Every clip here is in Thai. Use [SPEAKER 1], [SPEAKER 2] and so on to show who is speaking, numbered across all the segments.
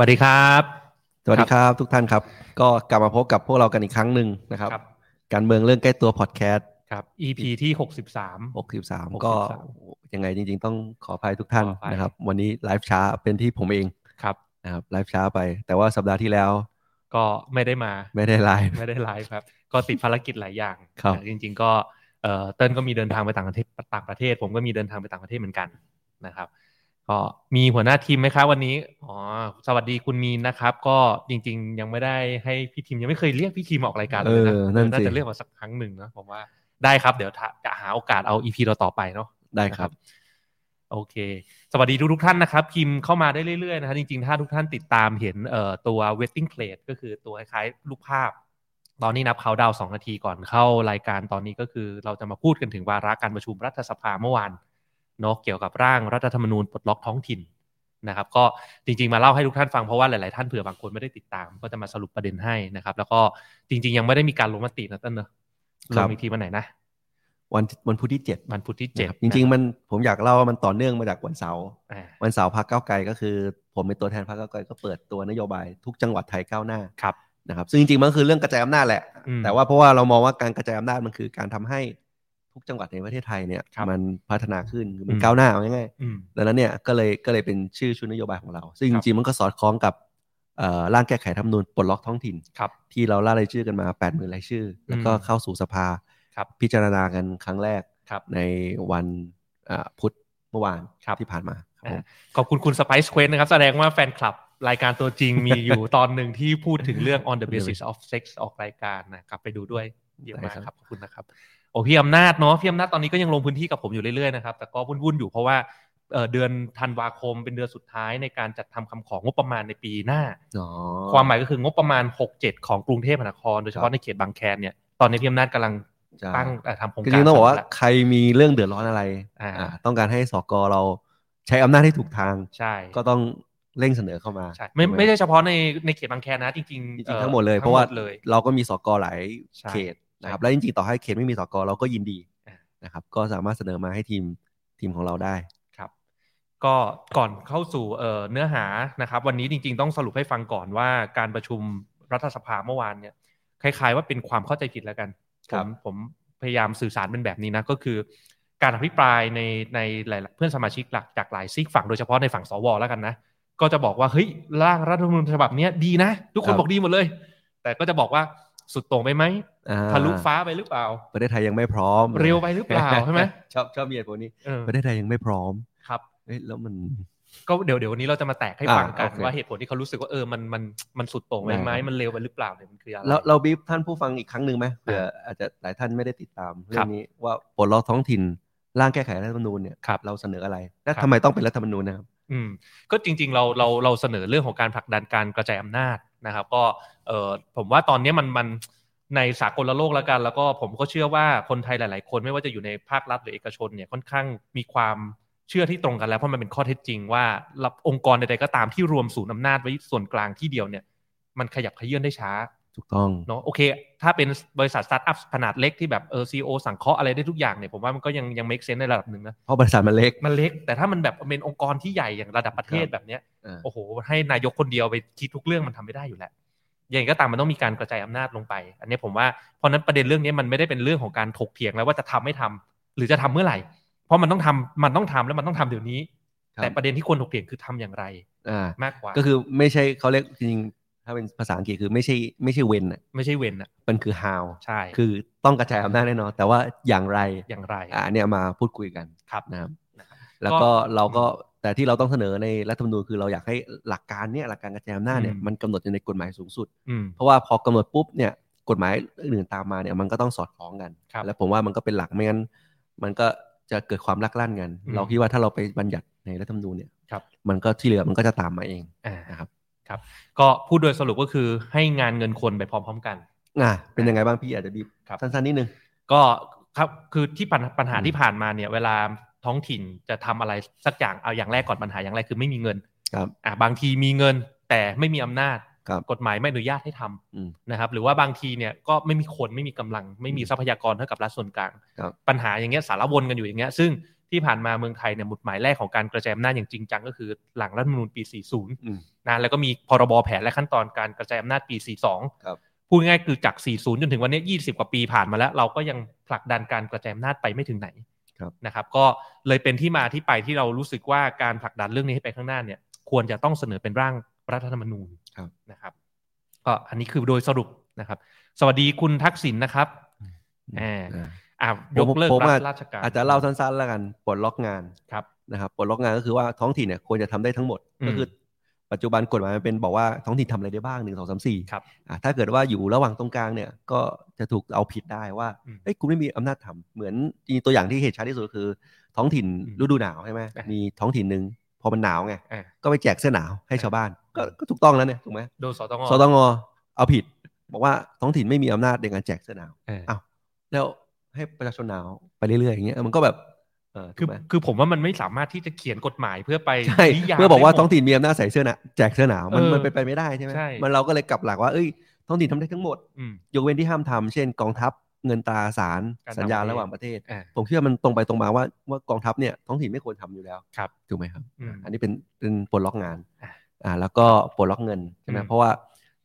[SPEAKER 1] วัสดีครับ
[SPEAKER 2] สวัสดีครับทุกท่านครับ ก็กลับมาพบกับพวกเรากันอีกครั้งหนึ่งนะครับ
[SPEAKER 1] ครับ
[SPEAKER 2] การเมืองเรื่องใกล้ตัวพอดแคสต์
[SPEAKER 1] ครับ EP ที่หกสิบสาม
[SPEAKER 2] 63
[SPEAKER 1] 63
[SPEAKER 2] ก็ยังไงจริง ๆ ต้องขออภัยทุกท่าน
[SPEAKER 1] ขออภัย
[SPEAKER 2] นะครับ วันนี้ไลฟ์ช้าเป็นที่ผมเอง
[SPEAKER 1] ครับ
[SPEAKER 2] นะครับไลฟ์ช้าไป แต่ว่าสัปดาห์ที่แล้ว
[SPEAKER 1] ก็ไม่ได้มา
[SPEAKER 2] ไม่ได้ไลฟ์
[SPEAKER 1] ไม่ได้ไลฟ์ครับ ก็ติดภารกิจหลายอย่าง
[SPEAKER 2] ครับ
[SPEAKER 1] นะจริง ๆ ก็เอ่อเติ้ลก็มีเดินทางไปต่างประเทศต่างประเทศ ผมก็มีเดินทางไปต่างประเทศเหมือนกันนะครับ ก็มีหัวหน้าทีมไหมครับวันนี้อ๋อสวัสดีคุณมีนนะครับ ก็จริง ๆ ยังไม่ได้ให้พี่ทีมยังไม่เคยเรียกพี่ทีมมาออกรายการเลยนะ
[SPEAKER 2] เออนั่นสิ
[SPEAKER 1] น่าจะเรียกมาสักครั้งหนึ่งนะผมว่าได้ครับเดี๋ยวถ้าจะหาโอกาสเอา EP เราต่อไปเนาะ
[SPEAKER 2] ได้ครับ
[SPEAKER 1] โอเค สวัสดีทุกทุกๆท่านนะครับ พิมพ์เข้ามาได้เรื่อยๆนะครับจริงๆ ถ้าทุกท่านติดตามเห็นเอ่อตัว waiting plate ก็คือตัวคล้ายๆรูปภาพ ตอนนี้นับเขาดาวสองนาทีก่อนเข้ารายการตอนนี้ก็คือ เราจะมาพูดกันถึงวาระการประชุมรัฐสภาเมื่อวานเนาะเกี่ยวกับร่างรัฐธรรมนูญปลดล็อกท้องถิ่นนะครับ ก็จริงๆ มาเล่าให้ทุกท่านฟังเพราะว่าหลายๆท่านเผื่อบางคนไม่ได้ติดตาม ก็จะมาสรุปประเด็นให้นะครับ แล้วก็จริง ๆ ยังไม่ได้มีการลงมตินะเต้นเนอะล
[SPEAKER 2] ครั
[SPEAKER 1] ง
[SPEAKER 2] บ
[SPEAKER 1] อีกทีวันไหนนะ
[SPEAKER 2] วันวันพุธที่7นะ
[SPEAKER 1] วันพุธที่
[SPEAKER 2] ค
[SPEAKER 1] เจ็ด
[SPEAKER 2] รับจริง ๆ มันผมอยากเล่าว่ามันต่อเนื่องมาจากวันเสาร์
[SPEAKER 1] อ่า
[SPEAKER 2] วันเสาร์พักเก้าวไกลก็คือ ผมเป็นตัวแทนพักเก้าวไกลก็เปิดตัวนโยบายทุกจังหวัดไทยก้าวหน้า
[SPEAKER 1] ครับ
[SPEAKER 2] นะครับซึ่งจริงๆมันก็คือเรื่องกระจายอำนาจแหละ
[SPEAKER 1] อืม
[SPEAKER 2] แต่ว่าเพราะว่าเรามองว่าการกระจายอำนาจมันคือการทำให้ทุกจังหวัดในประเทศไทยเนี่ย
[SPEAKER 1] ครับ
[SPEAKER 2] มันพัฒนาขึ้นคือมัน
[SPEAKER 1] อืม
[SPEAKER 2] ก้าวหน้าเอาง่าย
[SPEAKER 1] อืม
[SPEAKER 2] ๆดังนั้นเนี่ยก็เลยก็เลยเป็นชื่อชุดนโยบายของเรา ซึ่ง
[SPEAKER 1] ค
[SPEAKER 2] จ
[SPEAKER 1] รับ
[SPEAKER 2] ริงๆมันก็สอดคล้องกับเอ่อร่างแก้ไขธรรมนูญปลดล็อกท้องถิ่น
[SPEAKER 1] ครับ
[SPEAKER 2] ที่เราล่ารายชื่อกันมา8ปดหมื่นรายชื่อ แล้วก็
[SPEAKER 1] อืม
[SPEAKER 2] เข้าสู่สภา
[SPEAKER 1] ครับ
[SPEAKER 2] พิจารณากันครั้งแรก
[SPEAKER 1] ครับ
[SPEAKER 2] ในวันอ่าพุธเมื่อวาน
[SPEAKER 1] ครับ
[SPEAKER 2] ที่ผ่านมาครับผม
[SPEAKER 1] ขอบคุณคุณสไปซ์เควสนะครับ แสดงว่าแฟนคลับรายการตัวจริงมีอยู่ ตอนหนึ่งที่พูดถึงเรื่อง on the basis of sex ออกรายการนะครับไปดูด้วยเยี่ยมมากค
[SPEAKER 2] ได้ครั
[SPEAKER 1] รับบ ขอบคุณนะครับ โอ้พี่อำนาจเนาะพี่อำนาจตอนนี้ก็ยังลงพื้นที่กับผมอยู่เรื่อยๆนะครับแต่ก็วุ่นๆอยู่เพราะว่าเอ่อเดือนธันวาคมเป็นเดือนสุดท้ายในการจัดทำคำของงบประมาณในปีหน้า
[SPEAKER 2] อ๋อ
[SPEAKER 1] ความหมายก็คืองบประมาณ 67 ของกรุงเทพมหานคร โดยเฉ
[SPEAKER 2] ครั
[SPEAKER 1] พาะ
[SPEAKER 2] บ
[SPEAKER 1] ในเขตบางแคเนี่ยตอนนี้พี่อำนาจกำลัง
[SPEAKER 2] ใช่
[SPEAKER 1] ตั้งเอ่อทำโครง
[SPEAKER 2] จ
[SPEAKER 1] การ
[SPEAKER 2] ริงๆต้องบอกว่า
[SPEAKER 1] สำหรับ
[SPEAKER 2] ใครมีเรื่องเดือดร้อนอะไร
[SPEAKER 1] อ่า
[SPEAKER 2] อ่าต้องการให้สกเราใช้อำนาจให้ถูกทาง
[SPEAKER 1] ใช่
[SPEAKER 2] ก็ต้องเร่งเสนอเข้ามา
[SPEAKER 1] ใช่ไม่ไม่ได้เฉพาะในในเขตบางแคนะ จริงๆ
[SPEAKER 2] จริง
[SPEAKER 1] อ่อ
[SPEAKER 2] ๆทั้งหมดเลย เพ
[SPEAKER 1] ทั้งห
[SPEAKER 2] ราะ
[SPEAKER 1] มด
[SPEAKER 2] ว่า
[SPEAKER 1] เลย
[SPEAKER 2] เราก็มีสกหลาย
[SPEAKER 1] ใช่
[SPEAKER 2] เขตนะครับ
[SPEAKER 1] ใช่
[SPEAKER 2] และจริงๆต่อให้เขตไม่มีสกเราก็ยินดี
[SPEAKER 1] อ่าน
[SPEAKER 2] นะครับก็สามารถเสนอมาให้ทีมทีมของเราได้
[SPEAKER 1] ครับ ก็ก่อนเข้าสู่เอ่อเนื้อหานะครับ วันนี้จริง ๆ ต้องสรุปให้ฟังก่อนว่าการประชุมรัฐสภาเมื่อวานเนี่ย คล้ายๆว่าเป็นความเข้าใจผิดแล้วกัน
[SPEAKER 2] ครับ
[SPEAKER 1] ผมผมพยายามสื่อสารเป็นแบบนี้นะ ก็คือ การอภิปรายในในหลายๆเพื่อนสมาชิกหลักจากหลายซีกฝั่งโดยเฉพาะในฝั่งสวแล้วกันนะ ก็จะบอกว่าเฮ้ยร่างรัฐธรรมนูญฉบับเนี้ยดีนะ ทุกคนบอกดีหมดเลย แต่ก็จะบอกว่าสุดโต่งไปไหม
[SPEAKER 2] อ่
[SPEAKER 1] ทะลุฟ้าไปหรือเปล่า
[SPEAKER 2] ประเทศไทยยังไม่พร้อม
[SPEAKER 1] เร็วไปหรือเปล่าใช่ไหม
[SPEAKER 2] ชอบชอบเหยียดพวกนี้
[SPEAKER 1] เออ
[SPEAKER 2] ประเทศไทยยังไม่พร้อม
[SPEAKER 1] ครับ
[SPEAKER 2] เอ้ยแล้วมัน
[SPEAKER 1] ก็เดี๋ยวเดี๋ยววันนี้เราจะมาแตกให้ฟังกัน
[SPEAKER 2] อ่าโอเค
[SPEAKER 1] ว่าเหตุผลที่เขารู้สึกว่าเออมันมันมันสุดโต่งไปไหม
[SPEAKER 2] ได้ครับ
[SPEAKER 1] มันเร็วไปหรือเปล่าเนี่ยมันคืออะไร
[SPEAKER 2] เราเราบีบท่านผู้ฟังอีกครั้งหนึ่งไหมเผื่ออาจจะหลายท่านไม่ได้ติดตามเรื่องนี้ว่าปลดล็อกท้องถิ่นร่างแก้ไขรัฐธรรมนูญเนี่ย
[SPEAKER 1] ครับ
[SPEAKER 2] เราเสนออะไรและ
[SPEAKER 1] ครับ
[SPEAKER 2] ทำไมต้องเป็นรัฐธรรมนูญนะครับ
[SPEAKER 1] อืมก็จริงๆเราเราเราเสนอเรื่องของการผลักดันการกระจายอำนาจนะครับ ก็เออผมว่าตอนเนี้ยมันมันในสากลโลกแล้วกัน แล้วก็ผมก็เชื่อว่าคนไทยหลาย ๆ คนไม่ว่าจะอยู่ในภาครัฐหรือเอกชนเนี่ยค่อนข้างมีความเชื่อที่ตรงกันแล้วเพราะมันเป็นข้อเท็จจริงว่ารับองค์กรใดๆก็ตามที่รวมศูนย์อำนาจไว้ส่วนกลางที่เดียวเนี่ยมันขยับเขยื่อนได้ช้า
[SPEAKER 2] ถูกต้อง
[SPEAKER 1] เนาะโอเค ถ้าเป็นบริษัทสตาร์ทอัพขนาดเล็กที่แบบเออซีโอสั่งเคาะอะไรได้ทุกอย่างเนี่ยผมว่ามันก็ยังยัง make sense ในระดับหนึ่งนะ
[SPEAKER 2] เพราะบริษัทมันเล็ก
[SPEAKER 1] มันเล็ก แต่ถ้ามันแบบเป็นองค์กรที่ใหญ่อย่างระดับประเทศ
[SPEAKER 2] ครับ
[SPEAKER 1] แบบเนี้ย
[SPEAKER 2] อ่า
[SPEAKER 1] โอ้โห ให้นายกคนเดียวไปคิดทุกเรื่องมันทำไม่ได้อยู่แล้วอย่างไรก็ตามมันต้องมีการกระจายอำนาจลงไป อันเนี้ยผมว่าเพราะฉะนั้นประเด็นเรื่องนี้มันไม่ได้เป็นเรื่องของการถกเถียงแล้วว่าจะทำไม่ทำหรือจะทำเมื่อไหร่ เพราะมันต้องทำมันต้องทำแล้วมันต้องทำเดี๋ยวนี้
[SPEAKER 2] ครับ
[SPEAKER 1] แต่ประเด็นที่ควรถกเถียงคือทำอย่างไร
[SPEAKER 2] อ่าม
[SPEAKER 1] ากกว่า
[SPEAKER 2] ก็คือไม่ใช่เขาเรียกจริงๆถ้าเป็นภาษาอังกฤษคือไม่ใช่ไม่ใช่เวนอ่ะ
[SPEAKER 1] ไม่ใช่เว้นอะ
[SPEAKER 2] มันคือ how
[SPEAKER 1] ใช่
[SPEAKER 2] คือต้องกระจายอำนาจแน่นอนแต่ว่าอย่างไร
[SPEAKER 1] อย่างไร
[SPEAKER 2] อ่าเนี่ยมาพูดคุยกัน
[SPEAKER 1] ครับ
[SPEAKER 2] นะครับ
[SPEAKER 1] นะครับ
[SPEAKER 2] แล้วก็เราก็แต่ที่เราต้องเสนอในรัฐธรรมนูญคือเราอยากให้หลักการเนี่ยหลักการกระจายอำนาจเนี่ย
[SPEAKER 1] อืม
[SPEAKER 2] มันกำหนดอยู่ในกฎหมายสูงสุด
[SPEAKER 1] อืม
[SPEAKER 2] เพราะว่าพอกำหนดปุ๊บเนี่ยกฎหมายอื่นตามมาเนี่ยมันก็ต้องสอดคล้องกัน
[SPEAKER 1] ครับ
[SPEAKER 2] และผมว่ามันก็เป็นหลักไม่งั้น มันก็จะเกิดความลักลั่นกัน
[SPEAKER 1] อืม
[SPEAKER 2] เราคิดว่าถ้าเราไปบัญญัติในรัฐธรรมนูญเนี่ย
[SPEAKER 1] ครับ
[SPEAKER 2] มันก็ที่เหลือมันก็จะตามมาเอง
[SPEAKER 1] อ่า
[SPEAKER 2] นะครับ
[SPEAKER 1] ก็พูดโดยสรุปก็คือให้งานเงินคนไปพร้อมๆกัน
[SPEAKER 2] อ่ะเป็นยังไงบ้างพี่อาจจะบีบ
[SPEAKER 1] ครับ
[SPEAKER 2] สั้นๆนิดนึง
[SPEAKER 1] ก็ครับคือที่ปัญปัญหา
[SPEAKER 2] อืม
[SPEAKER 1] ที่ผ่านมาเนี่ยเวลาท้องถิ่นจะทำอะไรสักอย่างเอาอย่างแรกก่อนปัญหาอย่างแรกคือไม่มีเงิน
[SPEAKER 2] ครับ
[SPEAKER 1] อ่าบางทีมีเงินแต่ไม่มีอำนาจ
[SPEAKER 2] ครับ
[SPEAKER 1] กฎหมายไม่อนุญาตให้ทำ
[SPEAKER 2] อืม
[SPEAKER 1] นะครับหรือว่าบางทีเนี่ยก็ไม่มีคนไม่มีกำลัง ไม่มีทรัพยากรเท่ากับรัฐส่วนกลาง
[SPEAKER 2] ครับ
[SPEAKER 1] ปัญหาอย่างเงี้ยสารวนกันอยู่อย่างเงี้ยซึ่ง ที่ผ่านมาเมืองไทยเนี่ยหมุดหมายแรกของการกระจายอำนาจอย่างจริงจังก็คือหลังรัฐธรรมนูญปี
[SPEAKER 2] อืม
[SPEAKER 1] 40นะแล้วก็มีพรบแผนและขั้นตอนการกระจายอำนาจปี
[SPEAKER 2] ครับ
[SPEAKER 1] 42 พูดง่ายๆคือจาก 40 จนถึงวันเนี้ย20 กว่าปีผ่านมาแล้ว เราก็ยังผลักดันการกระจายอำนาจไปไม่ถึงไหน
[SPEAKER 2] ครับ
[SPEAKER 1] นะครับ ก็เลยเป็นที่มาที่ไปที่เรารู้สึกว่าการผลักดันเรื่องนี้ให้ไปข้างหน้าเนี่ยควรจะต้องเสนอเป็นร่างรัฐธรรมนูญ
[SPEAKER 2] ครับ
[SPEAKER 1] นะครับก็อันนี้คือโดยสรุปนะครับ สวัสดีคุณทักษิณนะครับ อ่า
[SPEAKER 2] อ่า
[SPEAKER 1] อ่ะ
[SPEAKER 2] ผม
[SPEAKER 1] ยกเลิก
[SPEAKER 2] ผม
[SPEAKER 1] รั
[SPEAKER 2] อ่ะ
[SPEAKER 1] บราชการ
[SPEAKER 2] อาจจะเล่าสั้นๆแล้วกันปลดล็อกงาน
[SPEAKER 1] ครับ
[SPEAKER 2] นะครับปลดล็อกงานก็คือว่าท้องถิ่นเนี่ยควรจะทำได้ทั้งหมด
[SPEAKER 1] อืม
[SPEAKER 2] ก็คือ ปัจจุบันกฎหมายมันเป็นบอกว่าท้องถิ่นทำอะไรได้บ้างหนึ่งสองสามสี่
[SPEAKER 1] ครับ
[SPEAKER 2] อ่ะถ้าเกิดว่าอยู่ระหว่างตรงกลางเนี่ยก็จะถูกเอาผิดได้ว่า
[SPEAKER 1] อืม
[SPEAKER 2] เอ้ยคุณไม่มีอำนาจทำเหมือนจริงๆตัวอย่างที่เห็นชัดที่สุดคือ ท้องถิ่น
[SPEAKER 1] อืม
[SPEAKER 2] ฤดูหนาวใช่ไหม
[SPEAKER 1] อ่ะ
[SPEAKER 2] มีท้องถิ่นหนึ่งพอมันหนาวไง
[SPEAKER 1] อ่ะ
[SPEAKER 2] ก็ไปแจกเสื้อหนาวให้ชาวบ้าน ก็ก็ถูกต้องแล้วเนี่ยถูกไหม
[SPEAKER 1] โดยสตง
[SPEAKER 2] สตงเอาผิด บอกว่าท้องถิ่นไม่มีอำนาจในการแจกเสื้อหนาว
[SPEAKER 1] เออ
[SPEAKER 2] อ้าว แล้วให้ประชาชนหนาวไปเรื่อยๆอย่างเงี้ยมันก็แบบเออ
[SPEAKER 1] คือ
[SPEAKER 2] ถูกไหม
[SPEAKER 1] คือผมว่ามันไม่สามารถที่จะเขียนกฎหมายเพื่อไป
[SPEAKER 2] ใช่
[SPEAKER 1] นิยม
[SPEAKER 2] เพื่อบอกว่า
[SPEAKER 1] ได้หมด
[SPEAKER 2] ท้องถิ่นมีอำนาจใส่เสื้อหนาแจกเสื้อหนาวมัน
[SPEAKER 1] เออ
[SPEAKER 2] มันเป็นไปไม่ได้ใช่ไหม
[SPEAKER 1] ใช่
[SPEAKER 2] มันเราก็เลยกลับหลักว่าเอ้ยท้องถิ่นทำได้ทั้งหมด
[SPEAKER 1] อืม
[SPEAKER 2] ยกเว้นที่ห้ามทำเช่นกองทัพเงินตราสาร
[SPEAKER 1] การ
[SPEAKER 2] สัญญา
[SPEAKER 1] ต่างประเทศ
[SPEAKER 2] ระหว่างประเทศ
[SPEAKER 1] อ่า
[SPEAKER 2] ผมเชื่อมันตรงไปตรงมาว่าว่ากองทัพเนี่ยท้องถิ่นไม่ควรทำอยู่แล้ว
[SPEAKER 1] ครับ
[SPEAKER 2] ถูกไหมครับ
[SPEAKER 1] อืม
[SPEAKER 2] อันนี้เป็นเป็นปลดล็อกงาน
[SPEAKER 1] อ่ะ
[SPEAKER 2] อ่า แล้วก็ปลดล็อกเงินใช่ไหม
[SPEAKER 1] อืม
[SPEAKER 2] เพราะว่า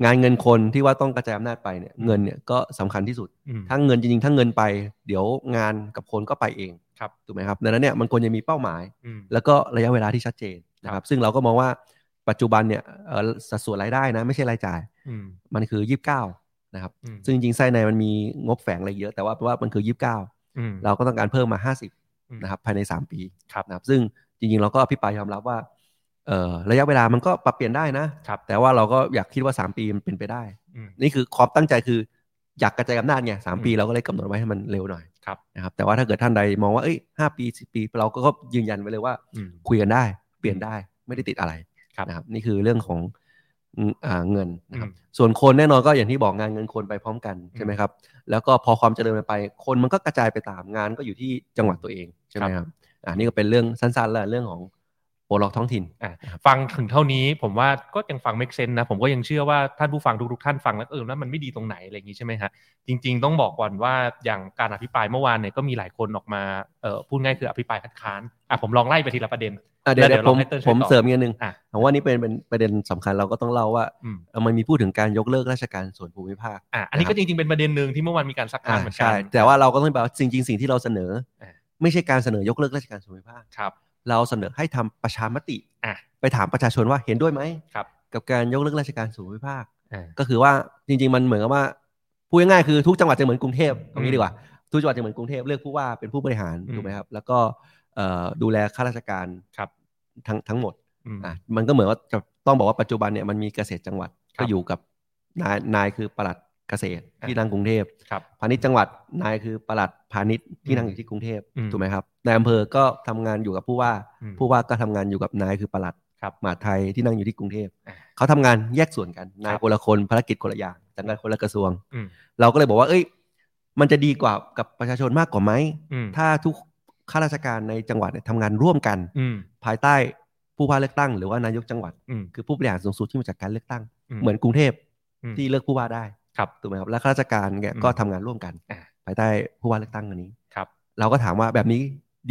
[SPEAKER 2] งานเงินคนที่ว่าต้องกระจายอำนาจไปเนี่ยเงินเนี่ยก็สำคัญที่สุด
[SPEAKER 1] อืม
[SPEAKER 2] ถ้าเงินจริงๆถ้าเงินไป เดี๋ยวงานกับคนก็ไปเอง
[SPEAKER 1] ครับ
[SPEAKER 2] ถูกไหมครับดังนั้นเนี่ยมันควรจะมีเป้าหมาย
[SPEAKER 1] อืม
[SPEAKER 2] แล้วก็ระยะเวลาที่ชัดเจนนะครับ ซึ่งเราก็มองว่าปัจจุบันเนี่ยเอ่อสัดส่วนรายได้นะไม่ใช่รายจ่าย
[SPEAKER 1] อืม
[SPEAKER 2] มันคือ 29 นะครับ
[SPEAKER 1] อืม
[SPEAKER 2] ซึ่งจริงๆไส้ในมันมีงบแฝงอะไรเยอะแต่ว่าเพราะว่ามันคือ 29
[SPEAKER 1] อืม
[SPEAKER 2] เราก็ต้องการเพิ่มมา 50
[SPEAKER 1] อืม
[SPEAKER 2] นะครับภายใน 3 ปี
[SPEAKER 1] ครับ
[SPEAKER 2] นะครับซึ่งจริงๆ เราก็อภิปรายยอมรับว่าเอ่อระยะเวลามันก็ปรับเปลี่ยนได้นะ
[SPEAKER 1] ครับ
[SPEAKER 2] แต่ว่าเราก็อยากคิดว่า 3 ปีมันเป็นไปได้
[SPEAKER 1] อืม
[SPEAKER 2] นี่คือความตั้งใจคืออยากกระจายอำนาจไงสาม
[SPEAKER 1] อืม
[SPEAKER 2] ปีเราก็เลยกำหนดไว้ให้มันเร็วหน่อย
[SPEAKER 1] ครับ
[SPEAKER 2] นะครับแต่ว่าถ้าเกิดท่านใดมองว่าเอ้ยห้าปีสิปี เราก็ยืนยันไว้เลยว่า
[SPEAKER 1] อืม
[SPEAKER 2] คุยกันได้ เปลี่ยนได้ไม่ได้ติดอะไร
[SPEAKER 1] ครับ
[SPEAKER 2] นะครับนี่คือเรื่องของอืมอ่าเงินนะครับ
[SPEAKER 1] อืม
[SPEAKER 2] ส่วนคนแน่นอนก็อย่างที่บอกงานเงินคนไปพร้อมกันใช่ไหมครับ แล้วก็พอความเจริญมันไป คนมันก็กระจายไปตามงานก็อยู่ที่จังหวัดตัวเองใช่ไห
[SPEAKER 1] ค
[SPEAKER 2] ม
[SPEAKER 1] รับ
[SPEAKER 2] ครับอ่านี่ก็เป็นเรื่องสั้นๆแล้วเรื่องของโปรล็อกท้องถิ่น
[SPEAKER 1] อ่ะฟังถึงเท่านี้ผมว่าก็ยังฟัง make sense นะ ผมก็ยังเชื่อว่าท่านผู้ฟังทุกๆท่านฟังแล้วเออแล้วมันไม่ดีตรงไหนอะไรอย่างนี้ใช่ไหมฮะจริง ๆ ต้องบอกก่อนว่าอย่างการอภิปรายเมื่อวานเนี่ยก็มีหลายคนออกมาเออพูดง่ายคืออภิปรายคัดค้านอ่ะผมลองไล่ไปทีละประเด็น
[SPEAKER 2] อ่ะเดี๋ยว
[SPEAKER 1] แล้วเดี๋ย
[SPEAKER 2] เดี๋ยว ว
[SPEAKER 1] เรา
[SPEAKER 2] ผม
[SPEAKER 1] ให้เติ้ลช่วย
[SPEAKER 2] ผม
[SPEAKER 1] ตอบ
[SPEAKER 2] เสริมอีกนิดนึง
[SPEAKER 1] อ่ะ
[SPEAKER 2] ผมว่านี่เป็นเป็นประเด็นสำคัญเราก็ต้องเล่าว่า
[SPEAKER 1] อืม
[SPEAKER 2] เอ่อมันมีพูดถึงการยกเลิกราชการส่วนภูมิภาค
[SPEAKER 1] อ่ะอันนี้ก็จริงๆเป็นประเด็นหนึ่งที่เมื่อวานมีการซักค้า
[SPEAKER 2] อ่าน
[SPEAKER 1] เหมือนกั
[SPEAKER 2] ใช่
[SPEAKER 1] น
[SPEAKER 2] แต่ว่าเราก็ต้องบอกว่าจริงๆสิ่งที่เราเสนอ
[SPEAKER 1] อ่ะ
[SPEAKER 2] ไม่ใช่การเสนอยกเลิกราชการส่วนภูมิภาค
[SPEAKER 1] ครับ
[SPEAKER 2] เราเสนอให้ทำประชามติ
[SPEAKER 1] อ่ะ
[SPEAKER 2] ไปถามประชาชนว่าเห็นด้วยไหม
[SPEAKER 1] ครับ
[SPEAKER 2] กับการยกเลิกราชการส่วนภูมิภาค
[SPEAKER 1] อ่า
[SPEAKER 2] ก็คือว่าจริง ๆ มันเหมือนกับว่าพูดง่ายๆคือทุกจังหวัดจะเหมือนกรุงเทพตรงนี้ดีกว่าทุกจังหวัดจะเหมือนกรุงเทพเลือกผู้ว่าเป็นผู้บริหาร
[SPEAKER 1] อืม
[SPEAKER 2] ถูกไหมครับแล้วก็เอ่อดูแลข้าราชการ
[SPEAKER 1] ครับ
[SPEAKER 2] ทั้งทั้งหมด
[SPEAKER 1] อืม
[SPEAKER 2] อ่ะมันก็เหมือนว่าจะต้องบอกว่าปัจจุบันเนี่ยมันมีเกษตรจังหวัด
[SPEAKER 1] ครับ
[SPEAKER 2] ก็อยู่กับนายนายคือปลัดเกษตร
[SPEAKER 1] อ่ะ
[SPEAKER 2] ที่นั่งกรุงเทพ
[SPEAKER 1] ครับ
[SPEAKER 2] พาณิชย์จังหวัดนายคือปลัดพาณิชย์
[SPEAKER 1] อื
[SPEAKER 2] ที่
[SPEAKER 1] ม
[SPEAKER 2] นั่งอยู่ที่กรุงเทพ
[SPEAKER 1] อืม
[SPEAKER 2] ถูกไหมครับนายอำเภอก็ทำงานอยู่กับผู้ว่า
[SPEAKER 1] อืม
[SPEAKER 2] ผู้ว่าก็ทำงานอยู่กับนายคือปลัด
[SPEAKER 1] ครับ
[SPEAKER 2] มหาดไทยที่นั่งอยู่ที่กรุงเทพ
[SPEAKER 1] อ่ะ
[SPEAKER 2] เขาทำงานแยกส่วนกันนา
[SPEAKER 1] ค
[SPEAKER 2] ย
[SPEAKER 1] รับ
[SPEAKER 2] คนละคนภารกิจคนละอย่างสังกัดคนละกระทรวง
[SPEAKER 1] อืม
[SPEAKER 2] เราก็เลยบอกว่า เอ้ย มันจะดีกว่ากับประชาชนมากกว่าไหม
[SPEAKER 1] อืม
[SPEAKER 2] ถ้าทุกข้าราชการในจังหวัดเนี่ยทำงานร่วมกัน
[SPEAKER 1] อืม
[SPEAKER 2] ภายใต้ผู้ว่าเลือกตั้งหรือว่านายกจังหวัด
[SPEAKER 1] อืม
[SPEAKER 2] คือผู้บริหารสูงสุดที่มาจากการเลือกตั้ง
[SPEAKER 1] ม
[SPEAKER 2] เหมือนกรุงเทพ
[SPEAKER 1] อืม
[SPEAKER 2] ที่เลือกผู้ว่าได้
[SPEAKER 1] ครับ
[SPEAKER 2] ถูกไหมครับและข้าราชการเนี่ย
[SPEAKER 1] อืม
[SPEAKER 2] ก็ทำงานร่วมกัน
[SPEAKER 1] อ่า
[SPEAKER 2] ภายใต้ผู้ว่าเลือกตั้งอันนี้
[SPEAKER 1] ครับ
[SPEAKER 2] เราก็ถามว่าแบบนี้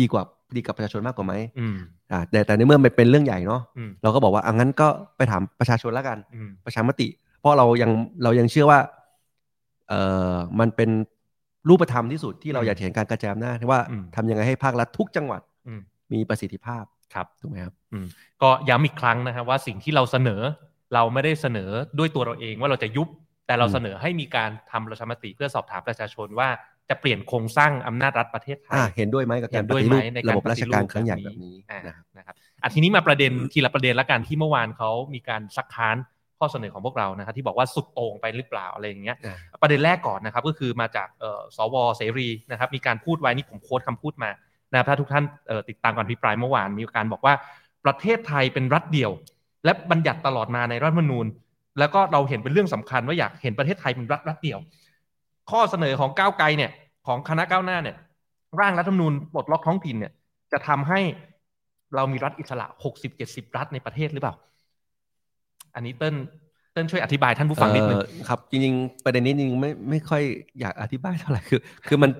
[SPEAKER 2] ดีกว่าดีกับประชาชนมากกว่าไหม
[SPEAKER 1] อืม
[SPEAKER 2] อ่าแต่แต่ในเมื่อมันเป็นเรื่องใหญ่เนาะ
[SPEAKER 1] อืม
[SPEAKER 2] เราก็บอกว่าอ่ะงั้นก็ไปถามประชาชนละกัน
[SPEAKER 1] อืม
[SPEAKER 2] ประชามติ เพราะเรายังเรายังเชื่อว่าเออมันเป็นรูปธรรมที่สุดที่เรา
[SPEAKER 1] อืม
[SPEAKER 2] อยากเห็นการกระจายอำนาจว่า
[SPEAKER 1] อืม
[SPEAKER 2] ทำยังไงให้ภาครัฐทุกจังหวัด
[SPEAKER 1] อืม
[SPEAKER 2] มีประสิทธิภาพ
[SPEAKER 1] ครับ
[SPEAKER 2] ถูกไหมครับ
[SPEAKER 1] ก็ย้ำอีกครั้งนะครับว่าสิ่งที่เราเสนอเราไม่ได้เสนอด้วยตัวเราเองว่าเราจะยุบ แต่เรา
[SPEAKER 2] อืม
[SPEAKER 1] เสนอให้มีการทำประชามติเพื่อสอบถามประชาชนว่าจะเปลี่ยนโครงสร้างอำนาจรัฐประเทศไทย
[SPEAKER 2] อ่าเห็นด้วยไหมกับการ
[SPEAKER 1] เห็น
[SPEAKER 2] ป
[SPEAKER 1] ด้วย
[SPEAKER 2] ฏิ
[SPEAKER 1] ไหมในการ
[SPEAKER 2] รูประบบราชการ
[SPEAKER 1] ปฏิรูป
[SPEAKER 2] ครั้งใหญ่
[SPEAKER 1] แบ
[SPEAKER 2] แบบ บ
[SPEAKER 1] นี้
[SPEAKER 2] นี้
[SPEAKER 1] อ่า
[SPEAKER 2] นะครับ
[SPEAKER 1] นะครับอ่ะทีนี้มาประเด็นทีละประเด็นละกันที่เมื่อวานเขามีการซักค้านข้อเสนอของพวกเรานะครับที่บอกว่าสุดโต่งไปหรือเปล่าอะไรอย่างเงี้ย
[SPEAKER 2] อ่า
[SPEAKER 1] ประเด็นแรกก่อนนะครับก็คือมาจากเอ่อสวเสรีนะครับมีการพูดไว้นี่ผมโค้ดคำพูดมานะครับถ้าทุกท่านเอ่อติดตามการพิปรายเมื่อวานมีการบอกว่าประเทศไทยเป็นรัฐเดียว และบัญญัติตลอดมาในรัฐธรรมนูญ แล้วก็เราเห็นเป็นเรื่องสำคัญว่าอยากเห็นประเทศไทยเป็นรัฐรัฐเดียว ข้อเสนอของก้าวไกลเนี่ยของคณะก้าวหน้าเนี่ยร่างรัฐธรรมนูญปลดล็อกท้องถิ่นเนี่ยจะทำให้เรามีรัฐอิสระ 60-70 รัฐในประเทศหรือเปล่า อันนี้เติ้ล เติ้ลช่วยอธิบายท่านผู้ฟังนิดนึง
[SPEAKER 2] เอ่อครับจริงๆประเด็นนี้จริงๆไม่ไม่ค่อยอยากอธิบายเท่า ไหร่คือ คือมัน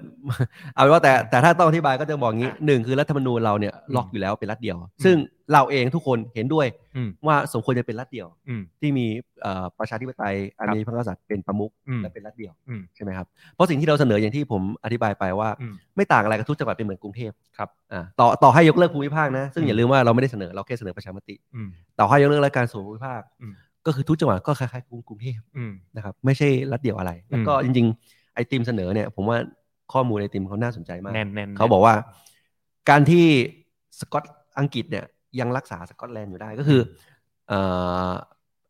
[SPEAKER 2] เอาเป็นว่าแต่แต่ถ้าต้องอธิบายก็จะบอกงี้หนึ่งคือรัฐธรรมนูญเราเนี่ยล็อกอยู่แล้วเป็นรัฐเดียว ซึ่งเราเองทุกคนเห็นด้วย
[SPEAKER 1] อืม
[SPEAKER 2] ว่าสมควรจะเป็นรัฐเดียว
[SPEAKER 1] อืม
[SPEAKER 2] ที่มีเอ่อประชาธิปไตยอัน
[SPEAKER 1] ครับ
[SPEAKER 2] มีพระมหากษัตริย์เป็นประมุข
[SPEAKER 1] อืม
[SPEAKER 2] และเป็นรัฐเดียว
[SPEAKER 1] อืม
[SPEAKER 2] ใช่ไหมครับเพราะสิ่งที่เราเสนออย่างที่ผมอธิบายไปว่า
[SPEAKER 1] อืม
[SPEAKER 2] ไม่ต่างอะไรกับทุกจังหวัดเป็นเหมือนกรุงเทพ
[SPEAKER 1] ครับ
[SPEAKER 2] อ่าต่อต่อให้ยกเลิกภูมิภาคนะ ซึ่ง
[SPEAKER 1] อืม
[SPEAKER 2] อย่าลืมว่าเราไม่ได้เสนอเราแค่เสนอประชามติ
[SPEAKER 1] อืม
[SPEAKER 2] ต่อให้ยกเลิกรายการส่วนภูมิภาค
[SPEAKER 1] อืม
[SPEAKER 2] ก็คือทุกจังหวัดก็คล้ายๆกรุงเทพ
[SPEAKER 1] อืม
[SPEAKER 2] นะครับไม่ใช่รัฐเดียวอะไร แล้วก็จริงๆ ไอติมเสนอเนี่ย ผมว่าข้อมูลไอติมเขาน่าสนใจมาก
[SPEAKER 1] แน่นแน่น
[SPEAKER 2] เขาบอกว่า การที่สกอตอังกฤษเนี่ยยังรักษาสกอตแลนด์อยู่ได้ก็คือเอ่อ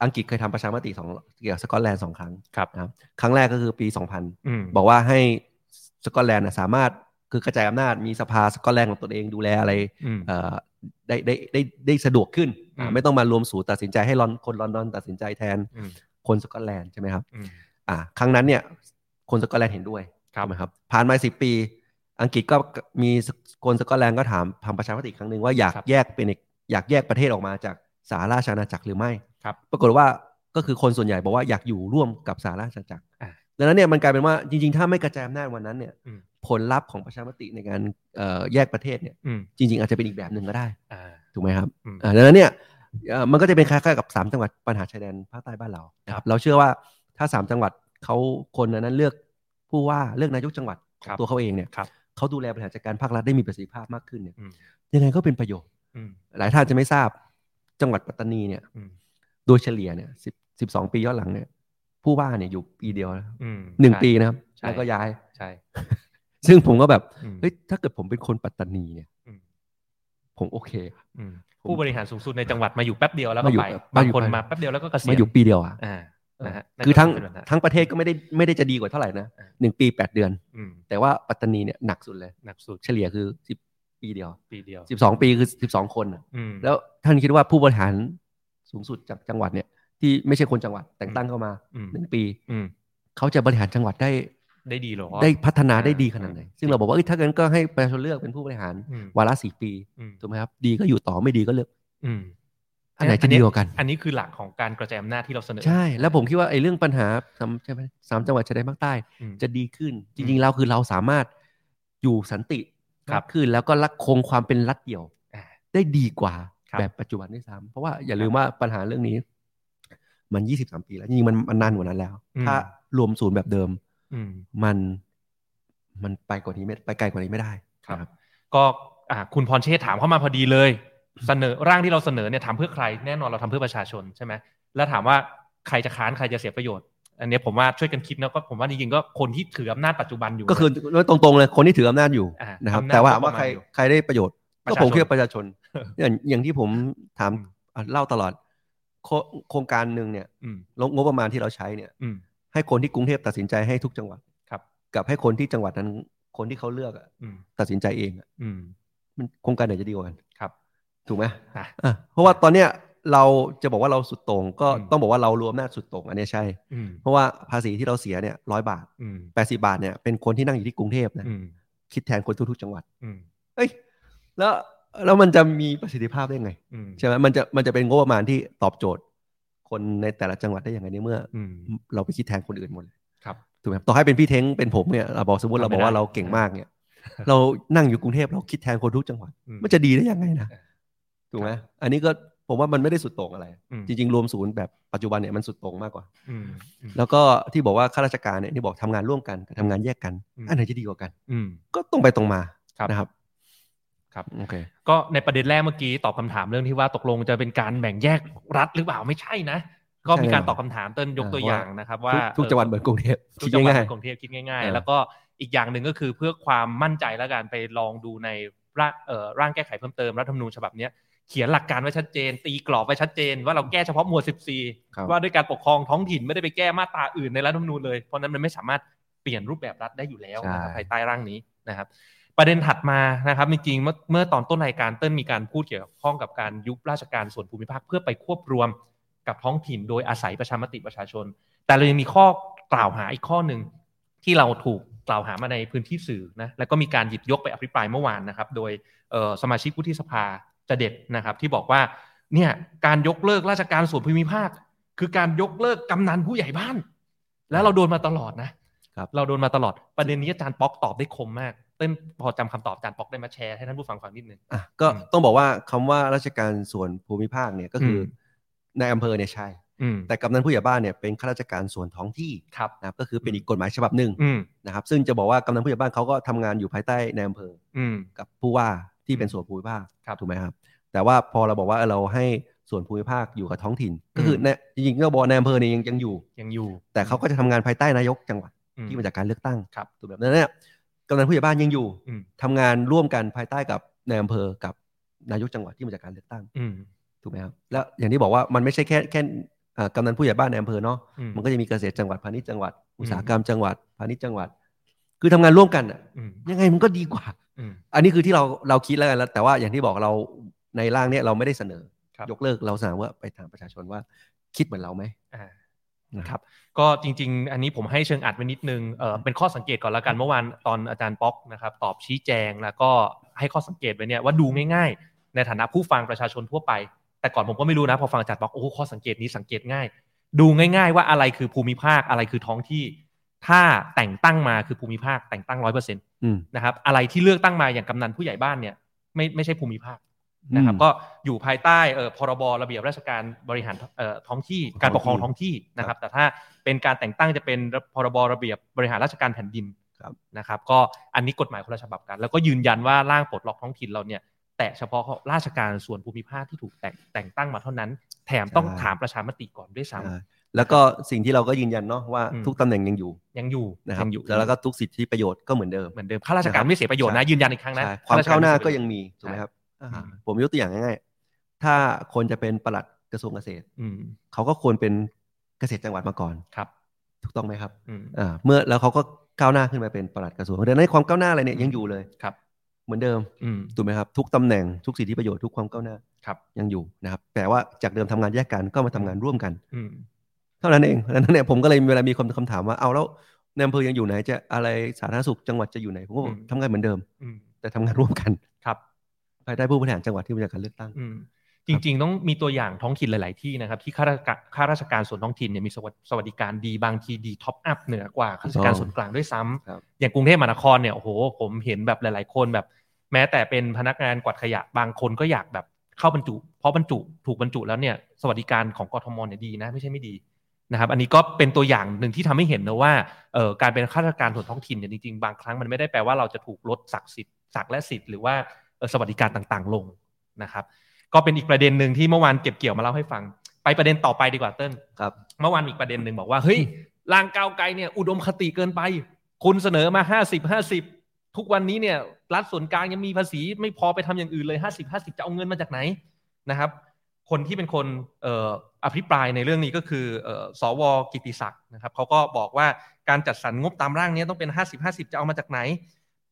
[SPEAKER 2] อังกฤษเคยทำประชามติสองเกี่ยวกับสกอตแลนด์สองครั้ง
[SPEAKER 1] ครับ
[SPEAKER 2] นะครับครั้งแรกก็คือปี
[SPEAKER 1] อืม
[SPEAKER 2] 2000 บอกว่าให้สกอตแลนด์น่ะสามารถคือกระจายอำนาจมีสภาสกอตแลนด์ของตนเองดูแลอะไร
[SPEAKER 1] อืม
[SPEAKER 2] เอ่อได้ได้ได้ได้สะดวกขึ้นอ่า
[SPEAKER 1] อืม
[SPEAKER 2] ไม่ต้องมารวมศูนย์ตัดสินใจให้ลอนคนลอนดอนตัดสินใจแทน
[SPEAKER 1] อืม
[SPEAKER 2] คนสกอตแลนด์ใช่ไหมครับ
[SPEAKER 1] อืม
[SPEAKER 2] อ่าครั้งนั้นเนี่ยคนสกอตแลนด์เห็นด้วย
[SPEAKER 1] ครับ
[SPEAKER 2] ถูกไหมครับผ่านมาสิปี อังกฤษก็มีคนสกอตแลนด์ก็ถามทำประชามติอีกครั้งหนึ่งว่าอยากแยกเป็นอีกอยากแยกประเทศออกมาจากสาราชอาณาจักรหรือไม่
[SPEAKER 1] ครับ
[SPEAKER 2] ปรากฏว่าก็คือคนส่วนใหญ่บอกว่าอยากอยู่ร่วมกับสาราชอาณาจักร
[SPEAKER 1] อ่า
[SPEAKER 2] ดังนั้นเนี่ยมันกลายเป็นว่าจริงๆ ถ้าไม่กระจายอำนาจวันนั้นเนี่ย
[SPEAKER 1] อืม
[SPEAKER 2] ผลลัพธ์ของประชามติในการเอ่อแยกประเทศเนี่ย
[SPEAKER 1] อืม
[SPEAKER 2] จริงๆ อาจจะเป็นอีกแบบหนึ่งก็ได้
[SPEAKER 1] อ่า
[SPEAKER 2] ถูกไหมครับ
[SPEAKER 1] อืม
[SPEAKER 2] อ่าดังนั้นเนี่ยเอ่อมันก็จะเป็นคล้ายๆกับสามจังหวัดปัญหาชายแดนภาคใต้บ้านเรา
[SPEAKER 1] ครับ
[SPEAKER 2] เราเชื่อว่าถ้าสามจังหวัดเขาคนนั้นเลือกผู้ว่าเลือกนายกจังหวัดข
[SPEAKER 1] ครั
[SPEAKER 2] อง
[SPEAKER 1] บ
[SPEAKER 2] ตัวเขาเองเนี่ย
[SPEAKER 1] ครับ
[SPEAKER 2] เขาดูแลบริหารจัดการภาครัฐได้มีประสิทธิภาพมากขึ้นเนี่ย
[SPEAKER 1] อืม
[SPEAKER 2] ยังไงก็เป็นประโยชน์
[SPEAKER 1] อืม
[SPEAKER 2] หลายท่านจะไม่ทราบจังหวัดปัตตานีเนี่ย
[SPEAKER 1] อืม
[SPEAKER 2] โดยเฉลี่ยเนี่ยสิบสิบสองปีย้อนหลังเนี่ยผู้ว่าเนี่ยอยู่ปีเดียวนะ
[SPEAKER 1] อืม
[SPEAKER 2] หนึ่ง
[SPEAKER 1] ใช่
[SPEAKER 2] ปีนะครับ
[SPEAKER 1] ใช่
[SPEAKER 2] แล้วก็ย้าย
[SPEAKER 1] ใช่
[SPEAKER 2] ซึ่งผมก็แบบ
[SPEAKER 1] อืม
[SPEAKER 2] เฮ้ยถ้าเกิดผมเป็นคนปัตตานีเนี่ย
[SPEAKER 1] อืม
[SPEAKER 2] ผมโอเคอะ
[SPEAKER 1] อืม
[SPEAKER 2] ผม
[SPEAKER 1] ผู้บริหารสูงสุดในจังหวัดมาอยู่แป๊บเดียวแล้วก็
[SPEAKER 2] มาอยู่
[SPEAKER 1] ไป
[SPEAKER 2] แบบ
[SPEAKER 1] บาง
[SPEAKER 2] มาอยู่
[SPEAKER 1] คน
[SPEAKER 2] ไป
[SPEAKER 1] มาแป๊บเดียวแล้วก็เกษียณ
[SPEAKER 2] มาอยู่ปีเดียวอ่ะ
[SPEAKER 1] อ่านะฮะนั่นก็
[SPEAKER 2] คือทั้ง
[SPEAKER 1] เป็นปัญหา
[SPEAKER 2] ทั้งประเทศก็ไม่ได้ไม่ได้จะดีกว่าเท่าไหร่นะ
[SPEAKER 1] อ่า
[SPEAKER 2] หนึ่งปีแปดเดือน
[SPEAKER 1] อืม
[SPEAKER 2] แต่ว่าปัตตานีเนี่ยหนักสุดเลย
[SPEAKER 1] หนักสุด
[SPEAKER 2] เฉลี่ยคือสิบปีเดียว
[SPEAKER 1] ปีเดียว
[SPEAKER 2] สิบสองปีคือสิบสองคนน่ะ
[SPEAKER 1] อืม
[SPEAKER 2] แล้วท่านคิดว่าผู้บริหารสูงสุดจากจังหวัดเนี่ย ที่ไม่ใช่คนจังหวัดแต่งตั้งเข้ามา
[SPEAKER 1] อืม
[SPEAKER 2] หนึ่งปี
[SPEAKER 1] อืม
[SPEAKER 2] เขาจะบริหารจังหวัดได้
[SPEAKER 1] ได้ดีเหรอ
[SPEAKER 2] ได้พัฒนาได้ดีขนาดไหน
[SPEAKER 1] อ่า
[SPEAKER 2] ซึ่งเราบอกว่าเอ้ยถ้างั้นก็ให้ประชาชนเลือกเป็นผู้บริหาร
[SPEAKER 1] อืม
[SPEAKER 2] วาระสี่ปี
[SPEAKER 1] อืม
[SPEAKER 2] ถูกไหมครับดีก็อยู่ต่อไม่ดีก็เลิก
[SPEAKER 1] อืม
[SPEAKER 2] อันไหนจะดีกว่ากัน
[SPEAKER 1] อันนี้คือหลักของการกระจายอำนาจที่เราเสนอ
[SPEAKER 2] ใช่ แล้วผมคิดว่าไอ้เรื่องปัญหาสามใช่ไหมสามจังหวัดชายแดนภาคใต้
[SPEAKER 1] อืม
[SPEAKER 2] จะดีขึ้น จริงๆแล้วคือเราสามารถอยู่สันติ
[SPEAKER 1] ครั
[SPEAKER 2] มา
[SPEAKER 1] บ
[SPEAKER 2] กขึ้นแล้วก็รักคงความเป็นรัฐเดี่ยว
[SPEAKER 1] อ่า
[SPEAKER 2] ได้ดีกว่า
[SPEAKER 1] ครับ
[SPEAKER 2] แบบปัจจุบันด้วยซ้ำเพราะว่าอย่าลืมว่าปัญหาเรื่องนี้ มันยี่สิบสามปีแล้วจริงๆมันมันนานกว่านั้นแล้ว ถ้ารวมศูนย์แบบเดิม
[SPEAKER 1] อืม
[SPEAKER 2] มันมันไปกว่านี้ไม่ไปไกลกว่านี้ไม่ได้
[SPEAKER 1] ครับ
[SPEAKER 2] นะ
[SPEAKER 1] ก็อ่าคุณพรเชษฐ์ถามเข้ามาพอดีเลย เสนอร่างที่เราเสนอเนี่ยทำเพื่อใครแน่นอนเราทำเพื่อประชาชนใช่ไหมแล้วถามว่าใครจะค้านใครจะเสียประโยชน์ อันเนี้ยผมว่าช่วยกันคิดนะก็ผมว่าจริงๆก็คนที่ถืออำนาจปัจจุบันอยู่
[SPEAKER 2] ก็คือตรงๆเลยคนที่ถืออำนาจอยู่
[SPEAKER 1] อ่า
[SPEAKER 2] นะครับ
[SPEAKER 1] อำนาจ
[SPEAKER 2] แต่ว่า
[SPEAKER 1] ก็ประมาณ
[SPEAKER 2] ว่าใคร
[SPEAKER 1] อยู่
[SPEAKER 2] ใครได้ประโยชน์ก็ผม
[SPEAKER 1] ประชาชน
[SPEAKER 2] คิดว่าประชาชน อย่างอย่างที่ผมถาม
[SPEAKER 1] อืม
[SPEAKER 2] อ่ะเล่าตลอดโคโครงการหนึ่งเนี่ย
[SPEAKER 1] อืม
[SPEAKER 2] งบงบประมาณที่เราใช้เนี่ย
[SPEAKER 1] อืม
[SPEAKER 2] ให้คนที่กรุงเทพตัดสินใจให้ทุกจังหวัด
[SPEAKER 1] ครับ
[SPEAKER 2] กับให้คนที่จังหวัดนั้น คนที่เขาเลือกอะ
[SPEAKER 1] อืม
[SPEAKER 2] ตัดสินใจเองอะ
[SPEAKER 1] อืม
[SPEAKER 2] มันโครงการไหนจะดีกว่ากัน
[SPEAKER 1] ครับ
[SPEAKER 2] ถูกไหม
[SPEAKER 1] อ่ะ
[SPEAKER 2] อ่ะเพราะว่าตอนเนี้ยเราจะบอกว่าเราสุดโต่งก็
[SPEAKER 1] อืม
[SPEAKER 2] ต้องบอกว่าเรารวมอำนาจสุดโต่งอันเนี้ยใช่
[SPEAKER 1] อืม
[SPEAKER 2] เพราะว่าภาษีที่เราเสียเนี่ยร้อยบาท
[SPEAKER 1] อืม
[SPEAKER 2] แปดสิบาทเนี่ยเป็นคนที่นั่งอยู่ที่กรุงเทพนะ
[SPEAKER 1] อืม
[SPEAKER 2] คิดแทนคนทุกๆจังหวัด
[SPEAKER 1] อืม
[SPEAKER 2] เอ้ยแล้วแล้วมันจะมีประสิทธิภาพได้ไง
[SPEAKER 1] อืม
[SPEAKER 2] ใช่ไหมมันจะมันจะเป็นงบประมาณที่ตอบโจทย์ คนในแต่ละจังหวัดได้อย่างไรในเมื่อ
[SPEAKER 1] อืม
[SPEAKER 2] เราไปคิดแทนคนอื่นหมดเลย
[SPEAKER 1] ครับ
[SPEAKER 2] ถูกไหมครับต่อให้เป็นพี่เท้งเป็นผมเนี่ยเราบอกสมมติ
[SPEAKER 1] ทำไม่
[SPEAKER 2] เราบอกว่า
[SPEAKER 1] ได้
[SPEAKER 2] เราเก่งมากเนี่ย เรานั่งอยู่กรุงเทพเราคิดแทนคนทุกจังหวัด
[SPEAKER 1] อื
[SPEAKER 2] มันจะดีได้ยังไงนะ
[SPEAKER 1] เออ
[SPEAKER 2] ถูกไหมอันนี้ก็ผมว่ามันไม่ได้สุดโต่งอะไร
[SPEAKER 1] อืม
[SPEAKER 2] จริง ๆ รวมศูนย์แบบปัจจุบันเนี่ยมันสุดโต่งมากกว่า
[SPEAKER 1] อืมอืม
[SPEAKER 2] แล้วก็ที่บอกว่าข้าราชการเนี่ยที่บอกทำงานร่วมกันกับทำงานแยกกัน
[SPEAKER 1] อืม
[SPEAKER 2] อันไหนจะดีกว่ากัน
[SPEAKER 1] อืม
[SPEAKER 2] ก็ตรงไปตรงมา
[SPEAKER 1] ครับ
[SPEAKER 2] นะครับ
[SPEAKER 1] ครับ
[SPEAKER 2] โอเค
[SPEAKER 1] ก็ในประเด็นแรกเมื่อกี้ตอบคำถามเรื่องที่ว่าตกลงจะเป็นการแบ่งแยกรัฐหรือเปล่าไม่ใช่นะ ก็มีการตอบคำถามเต้นยกตัวอย่างนะครับว่า
[SPEAKER 2] ทุกทุกจังหวัดเหมือนกรุงเทพ
[SPEAKER 1] ทุกจังหวัดเห
[SPEAKER 2] คิด
[SPEAKER 1] มื
[SPEAKER 2] ง่าย
[SPEAKER 1] อนกรุงเทพคิดง่าย
[SPEAKER 2] เอ
[SPEAKER 1] ๆ
[SPEAKER 2] อ
[SPEAKER 1] แล้วก็อีกอย่างหนึ่งก็คือเพื่อความมั่นใจแล้วกันไปลองดูในร่างเอ่อร่างแก้ไขเพิ่มเติมรัฐธรรมนูญฉบับเนี้ยเขียนหลักการไว้ชัดเจน ตีกรอบไว้ชัดเจน ว่าเราแก้เฉพาะหมวด
[SPEAKER 2] ครับ
[SPEAKER 1] 14 ว่าด้วยการปกครองท้องถิ่นไม่ได้ไปแก้มาตราอื่นในรัฐธรรมนูญเลยเพราะฉะนั้นมันไม่สามารถเปลี่ยนรูปแบบรัฐได้อยู่แล้วนะครับ
[SPEAKER 2] ใช่
[SPEAKER 1] ภายใต้ร่างนี้นะครับ ประเด็นถัดมานะครับจริงๆเมื่อเมื่อตอนต้นรายการเต้นมีการพูดเกี่ยวข้องกับการยุบราชการส่วนภูมิภาคเพื่อไปควบรวมกับท้องถิ่นโดยอาศัยประชามติประชาชน แต่เรายังมีข้อกล่าวหาอีกข้อหนึ่งที่เราถูกกล่าวหามาในพื้นที่สื่อนะแล้วก็มีการหยิบยกไปอภิปรายเมื่อวานนะครับ โดยเอ่อสมาชิกวุฒิสภาจะเด็ดนะครับ ที่บอกว่าเนี่ยการยกเลิกราชการส่วนภูมิภาค คือการยกเลิกกำนันผู้ใหญ่บ้าน แล้วเราโดนมาตลอดนะครับ เราโดนมาตลอดประเด็นนี้อาจารย์ป๊อกตอบได้คมมากเต้นพอจำคำตอบอาจารย์ป๊อกได้มาแชร์ให้ท่านผู้ฟังฟังนิดนึง
[SPEAKER 2] อ่ะก็
[SPEAKER 1] อืม
[SPEAKER 2] ต้องบอกว่าคำว่าราชการส่วนภูมิภาคเนี่ยก็คืออ
[SPEAKER 1] ม
[SPEAKER 2] ในอำเภอเนี่ยใช่
[SPEAKER 1] อืม
[SPEAKER 2] แต่กำนันผู้ใหญ่บ้านเนี่ยเป็นข้าราชการส่วนท้องที่
[SPEAKER 1] ครับ
[SPEAKER 2] นะครับก็คือเป็นอีกกฎหมายฉบับหนึ่ง
[SPEAKER 1] อืม
[SPEAKER 2] นะครับ ซึ่งจะบอกว่ากำนันผู้ใหญ่บ้านเขาก็ทำงานอยู่ภายใต้ในอำเภอ
[SPEAKER 1] อืม
[SPEAKER 2] กับผู้ว่าที่เป็นส่วนภูมิภาค
[SPEAKER 1] ครับ
[SPEAKER 2] ถูกไหมครับ แต่ว่าพอเราบอกว่าเราให้ส่วนภูมิภาคอยู่กับท้องถิ่น ก็คือในจริงๆก็บอกในอำเภอเนี่ยยังยังอยู่
[SPEAKER 1] ยังอยู่
[SPEAKER 2] แต่เขาก็จะทำงานภายใต้นายกจังหวัด
[SPEAKER 1] อื
[SPEAKER 2] ที่มาจากการเลือกตั้ง
[SPEAKER 1] ครับ
[SPEAKER 2] ถูกแบบนั้นเนี่ยกำนันผู้ใหญ่บ้านยังอยู่
[SPEAKER 1] อืม
[SPEAKER 2] ทำงานร่วมกันภายใต้กับในอำเภอกับนายกจังหวัดที่มาจากการเลือกตั้ง
[SPEAKER 1] อืม
[SPEAKER 2] ถูกไหมครับแล้วอย่างที่บอกว่ามันไม่ใช่แค่แค่เอ่อกำนันผู้ใหญ่บ้านในอำเภอเนาะ
[SPEAKER 1] อืม
[SPEAKER 2] มันก็จะมีเกษตรจังหวัดพาณิชย์จังหวัด
[SPEAKER 1] อืม
[SPEAKER 2] อุตสาหกรรมจังหวัดพาณิชย์จังหวัด คือทำงานร่วมกันอะ
[SPEAKER 1] อืม
[SPEAKER 2] ยังไงมันก็ดีกว่า
[SPEAKER 1] อืม
[SPEAKER 2] อันนี้คือที่เราเราคิดแล้วกันแล้วแต่ว่าอย่างที่บอกเราในร่างเนี้ยเราไม่ได้เสนอ
[SPEAKER 1] ครับ
[SPEAKER 2] ยกเลิกเราเสนอว่าไปถามประชาชนว่า คิดเหมือนเราไหม
[SPEAKER 1] อ่า
[SPEAKER 2] นะครับ
[SPEAKER 1] ก็จริง ๆ อันนี้ผมให้เชิงอัดไว้นิดนึงเออเป็นข้อสังเกตก่อนละกันเมื่อวานตอนอาจารย์ป๊อกนะครับตอบชี้แจงแล้วก็ให้ข้อสังเกตไว้เนี่ยว่าดูง่ายๆ ในฐานะผู้ฟังประชาชนทั่วไป แต่ก่อนผมก็ไม่รู้นะพอฟังอาจารย์ป๊อกโอ้โหข้อสังเกตนี้สังเกตง่าย ดูง่าย ๆ ว่าอะไรคือภูมิภาคอะไรคือท้องที่ ถ้าแต่งตั้งมาคือภูมิภาคแต่งตั้งร้อยเปอร์เซ็นต์
[SPEAKER 2] อืม
[SPEAKER 1] นะครับอะไรที่เลือกตั้งมาอย่างกำนันผู้ใหญ่บ้านเนี่ยไม่ไม่ใช่ภูมิภาค นะครับก็อยู่ภายใต้เอ่อพรบระเบียบราชการบริหารเอ่อท้องที่การปกครองท้องที่นะครับแต่ถ้าเป็นการแต่งตั้งจะเป็นพรบระเบียบบริหารราชการแผ่นดิน
[SPEAKER 2] ครับ
[SPEAKER 1] นะครับก็อันนี้กฎหมายคนละฉบับกัน แล้วก็ยืนยันว่าร่างปลดล็อกท้องถิ่นเราเนี่ยแตะเฉพาะราชการส่วนภูมิภาคที่ถูกแต่งแต่งตั้งมาเท่านั้น แถมต้อง
[SPEAKER 2] ใช่
[SPEAKER 1] ถามประชามติก่อนด้วยซ้
[SPEAKER 2] อ่าแล้วก็สิ่งที่เราก็ยืนยันเนาะว่า
[SPEAKER 1] อืม
[SPEAKER 2] ทุกตำแหน่งยังอยู่
[SPEAKER 1] ำยังอยู่
[SPEAKER 2] นะครับ
[SPEAKER 1] ยังอยู่
[SPEAKER 2] แล้วก็ทุกสิทธิประโยชน์ก็เหมือนเดิม
[SPEAKER 1] เหมือนเดิมข้าราชกา
[SPEAKER 2] นะครั
[SPEAKER 1] ร
[SPEAKER 2] บ
[SPEAKER 1] ไม่เสียประโยชน์นะ
[SPEAKER 2] ใช่
[SPEAKER 1] ยืนยันอีกครั้งนะ
[SPEAKER 2] ใช่ความ
[SPEAKER 1] รช
[SPEAKER 2] ก้าวหน้าก็
[SPEAKER 1] ไม่เสีประโช
[SPEAKER 2] ยังมีถูกไหมครับอ่า
[SPEAKER 1] อืม
[SPEAKER 2] ผมยกตัวอย่างง่ายๆถ้าคนจะเป็นปลัดกระทรวงเกษตร
[SPEAKER 1] อืม
[SPEAKER 2] เขาก็ควรเป็นเกษตรจังหวัดมาก่อน
[SPEAKER 1] ครับ
[SPEAKER 2] ถูกต้องไหมครับ
[SPEAKER 1] อืม
[SPEAKER 2] อ่าเมื่อแล้วเขาก็ก้าวหน้าขึ้นมาเป็นปลัดกระทรวงดังนั้นความก้าวหน้าอะไรเนี่ยยังอยู่เลย
[SPEAKER 1] ครับ
[SPEAKER 2] เหมือนเดิม
[SPEAKER 1] อืม
[SPEAKER 2] ถูกไหมครับทุกตำแหน่งทุกสิทธิประโยชน์ทุกความก้าวหน้า
[SPEAKER 1] ครับ
[SPEAKER 2] ยังอยู่นะครับแต่ว่าจากเดิมทำงานแยกกันก็มาทำงานร่วมกัน
[SPEAKER 1] อืม
[SPEAKER 2] เท่านั้นเองดังนั้นเนี่ยผมก็เลยเวลามีคนคำถามว่าเอาแล้วในอำเภอยังอยู่ไหนจะอะไรสาธารณสุขจังหวัดจะอยู่ไหนผมก็บอก
[SPEAKER 1] อืม
[SPEAKER 2] ทำงานเหมือนเดิม
[SPEAKER 1] อืม
[SPEAKER 2] แต่ทำงานร่วมกัน
[SPEAKER 1] ครับ
[SPEAKER 2] ภายใต้ผู้บริหารจังหวัดที่มาจากการเลือกตั้ง
[SPEAKER 1] อืมจริงๆ ต้องมีตัวอย่างท้องถิ่นหลาย ๆ ที่นะครับ ที่ข้าราชการข้าราชการส่วนท้องถิ่นเนี่ยมีสวัสสวัสดิการดีบางทีดีท็อปอัพเหนือกว่าข้าราชการส่วนกลางด้วยซ้ำ
[SPEAKER 2] ครับ
[SPEAKER 1] อย่างกรุงเทพมหานครเนี่ยโอ้โหผมเห็นแบบหลาย ๆ คนแบบ แม้แต่เป็นพนักงานกวาดขยะบางคนก็อยากแบบเข้าบรรจุ เพราะบรรจุถูกบรรจุแล้วเนี่ยสวัสดิการของกทมเนี่ยดีนะไม่ใช่ไม่ดีนะครับ อันนี้ก็เป็นตัวอย่างหนึ่งที่ทำให้เห็นนะว่าเอ่อการเป็นข้าราชการส่วนท้องถิ่นเนี่ยจริง ๆ บางครั้งมันไม่ได้แปลว่าเราจะถูกลดศักดิ์สิทธิ์ศักดิ์และสิทธิ์หรือว่าเอ่อสวัสดิการต่าง ๆ ลงนะครับ ก็เป็นอีกประเด็นหนึ่งที่เมื่อวานเก็บเกี่ยวมาเล่าให้ฟัง ไปประเด็นต่อไปดีกว่าเติ้ล
[SPEAKER 2] ครับ
[SPEAKER 1] เมื่อวานมีอีกประเด็นหนึ่งบอกว่าเฮ้ยร่างก้าวไกลเนี่ยอุดมคติเกินไป คุณเสนอมาห้าสิบห้าสิบทุกวันนี้เนี่ยรัฐส่วนกลางยังมีภาษีไม่พอไปทำอย่างอื่นเลยห้าสิบห้าสิบจะเอาเงินมาจากไหนนะครับ คนที่เป็นคนเอ่ออภิปรายในเรื่องนี้ก็คือเอ่อสวกิติศักดิ์นะครับเขาก็บอกว่าการจัดสรรงบตามร่างเนี้ต้องเป็น 50 50 จะเอามาจากไหน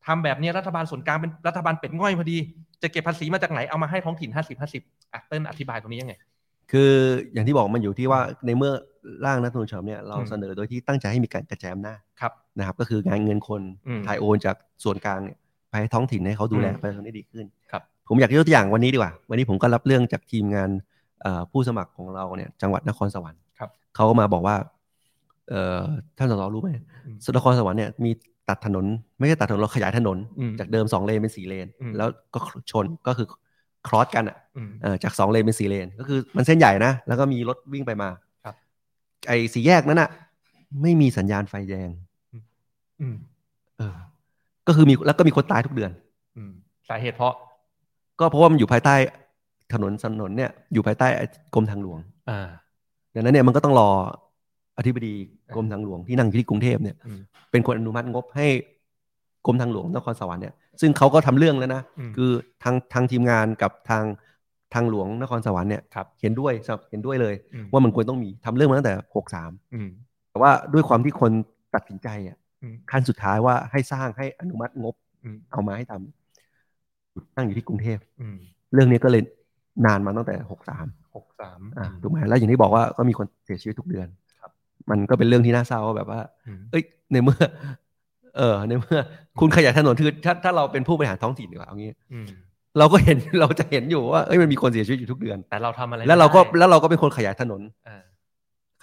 [SPEAKER 1] ทำแบบเนี้ยรัฐบาลส่วนกลางเป็นรัฐบาลเป็ดง่อยพอดี จะเก็บภาษีมาจากไหนเอามาให้ท้องถิ่น 50 50อ่ะเติ้ลอธิบายตรงนี้ยังไง
[SPEAKER 2] คืออย่างที่บอกมันอยู่ที่ว่าในเมื่อร่างรัฐธรรมนูญฉบับเนี่ยเรา
[SPEAKER 1] อืม
[SPEAKER 2] เสนอโดยที่ตั้งใจให้มีการกระจายอำนาจ
[SPEAKER 1] ครับ
[SPEAKER 2] นะครับก็คืองานเงินคน
[SPEAKER 1] อืม
[SPEAKER 2] ถ่ายโอนจากส่วนกลางเนี่ยไปให้ท้องถิ่นให้เขาดูแล
[SPEAKER 1] อืม
[SPEAKER 2] ประชาชนได้ดีขึ้น
[SPEAKER 1] ครับ
[SPEAKER 2] ผมอยากยกตัวอย่างวันนี้ดีกว่า วันนี้ผมก็รับเรื่องจากทีมงานเอ่อผู้สมัครของเราเนี่ยจังหวัดนครสวรรค์
[SPEAKER 1] ครับ
[SPEAKER 2] เขาก็มาบอกว่าเอ่อท่านสสรู้ไหม
[SPEAKER 1] อืม
[SPEAKER 2] นครสวรรค์เนี่ยมีตัดถนน ไม่ใช่ตัดถนนเราขยายถนน
[SPEAKER 1] อืม
[SPEAKER 2] จากเดิมสองเลนเป็นสี่เลน
[SPEAKER 1] อืม
[SPEAKER 2] แล้วก็ชนก็คือครอสกันอะ
[SPEAKER 1] อืม
[SPEAKER 2] เอ่อจากสองเลนเป็นสี่เลน ก็คือมันเส้นใหญ่นะ แล้วก็มีรถวิ่งไปมา
[SPEAKER 1] ครับ
[SPEAKER 2] ไอ้สี่แยกนั้นอะไม่มีสัญญาณไฟแดง
[SPEAKER 1] อืม
[SPEAKER 2] เออ ก็คือมีแล้วก็มีคนตายทุกเดือน
[SPEAKER 1] อืมสาเหตุเพราะ
[SPEAKER 2] ก็เพราะว่ามันอยู่ภายใต้ถนนถนนเนี่ยอยู่ภายใต้กรมทางหลวง
[SPEAKER 1] อ่า
[SPEAKER 2] ดังนั้นเนี่ยมันก็ต้องรออธิบดีกรมทางหลวงที่นั่งอยู่ที่กรุงเทพเนี่ย
[SPEAKER 1] อืม
[SPEAKER 2] เป็นคนอนุมัติงบให้กรมทางหลวงนครสวรรค์เนี่ยซึ่งเขาก็ทำเรื่องแล้วนะ
[SPEAKER 1] อืม
[SPEAKER 2] คือทางทางทีมงานกับทางทางหลวงนครสวรรค์เนี่ย
[SPEAKER 1] ครับ
[SPEAKER 2] เห็นด้วยสนับเห็นด้วยเลย
[SPEAKER 1] อืม
[SPEAKER 2] ว่ามันควรต้องมีทำเรื่องมาตั้งแต่หกสาม
[SPEAKER 1] อืม
[SPEAKER 2] แต่ว่าด้วยความที่คนตัดสินใจอ่ะ
[SPEAKER 1] อืม
[SPEAKER 2] ขั้นสุดท้ายว่าให้สร้างให้อนุมัติงบ
[SPEAKER 1] อืม
[SPEAKER 2] เอามาให้ทำตั้งอยู่ที่กรุงเทพ
[SPEAKER 1] อืม
[SPEAKER 2] เรื่องนี้ก็เลยนานมาตั้งแต่หกสาม
[SPEAKER 1] หกสาม
[SPEAKER 2] อ่ะถูกไหมแล้วอย่างที่บอกว่าก็มีคนเสียชีวิตทุกเดือนมันก็เป็นเรื่องที่น่าเศร้าว่าแบบว่า
[SPEAKER 1] อืม
[SPEAKER 2] เอ้ยในเมื่อ เออในเมื่อ คุณขยายถนนคือถ้าถ้าเราเป็นผู้บริหารท้องถิ่นดีกว่าเอางี้
[SPEAKER 1] อืม
[SPEAKER 2] เราก็เห็น เราจะเห็นอยู่ว่าเอ้ยมันมีคนเสียชีวิตอยู่ทุกเดือน
[SPEAKER 1] แต่เราทำอะไรไม่
[SPEAKER 2] แล้วเราก็
[SPEAKER 1] ได้
[SPEAKER 2] แล้วเราก็เป็นคนขยายถนน
[SPEAKER 1] อ่า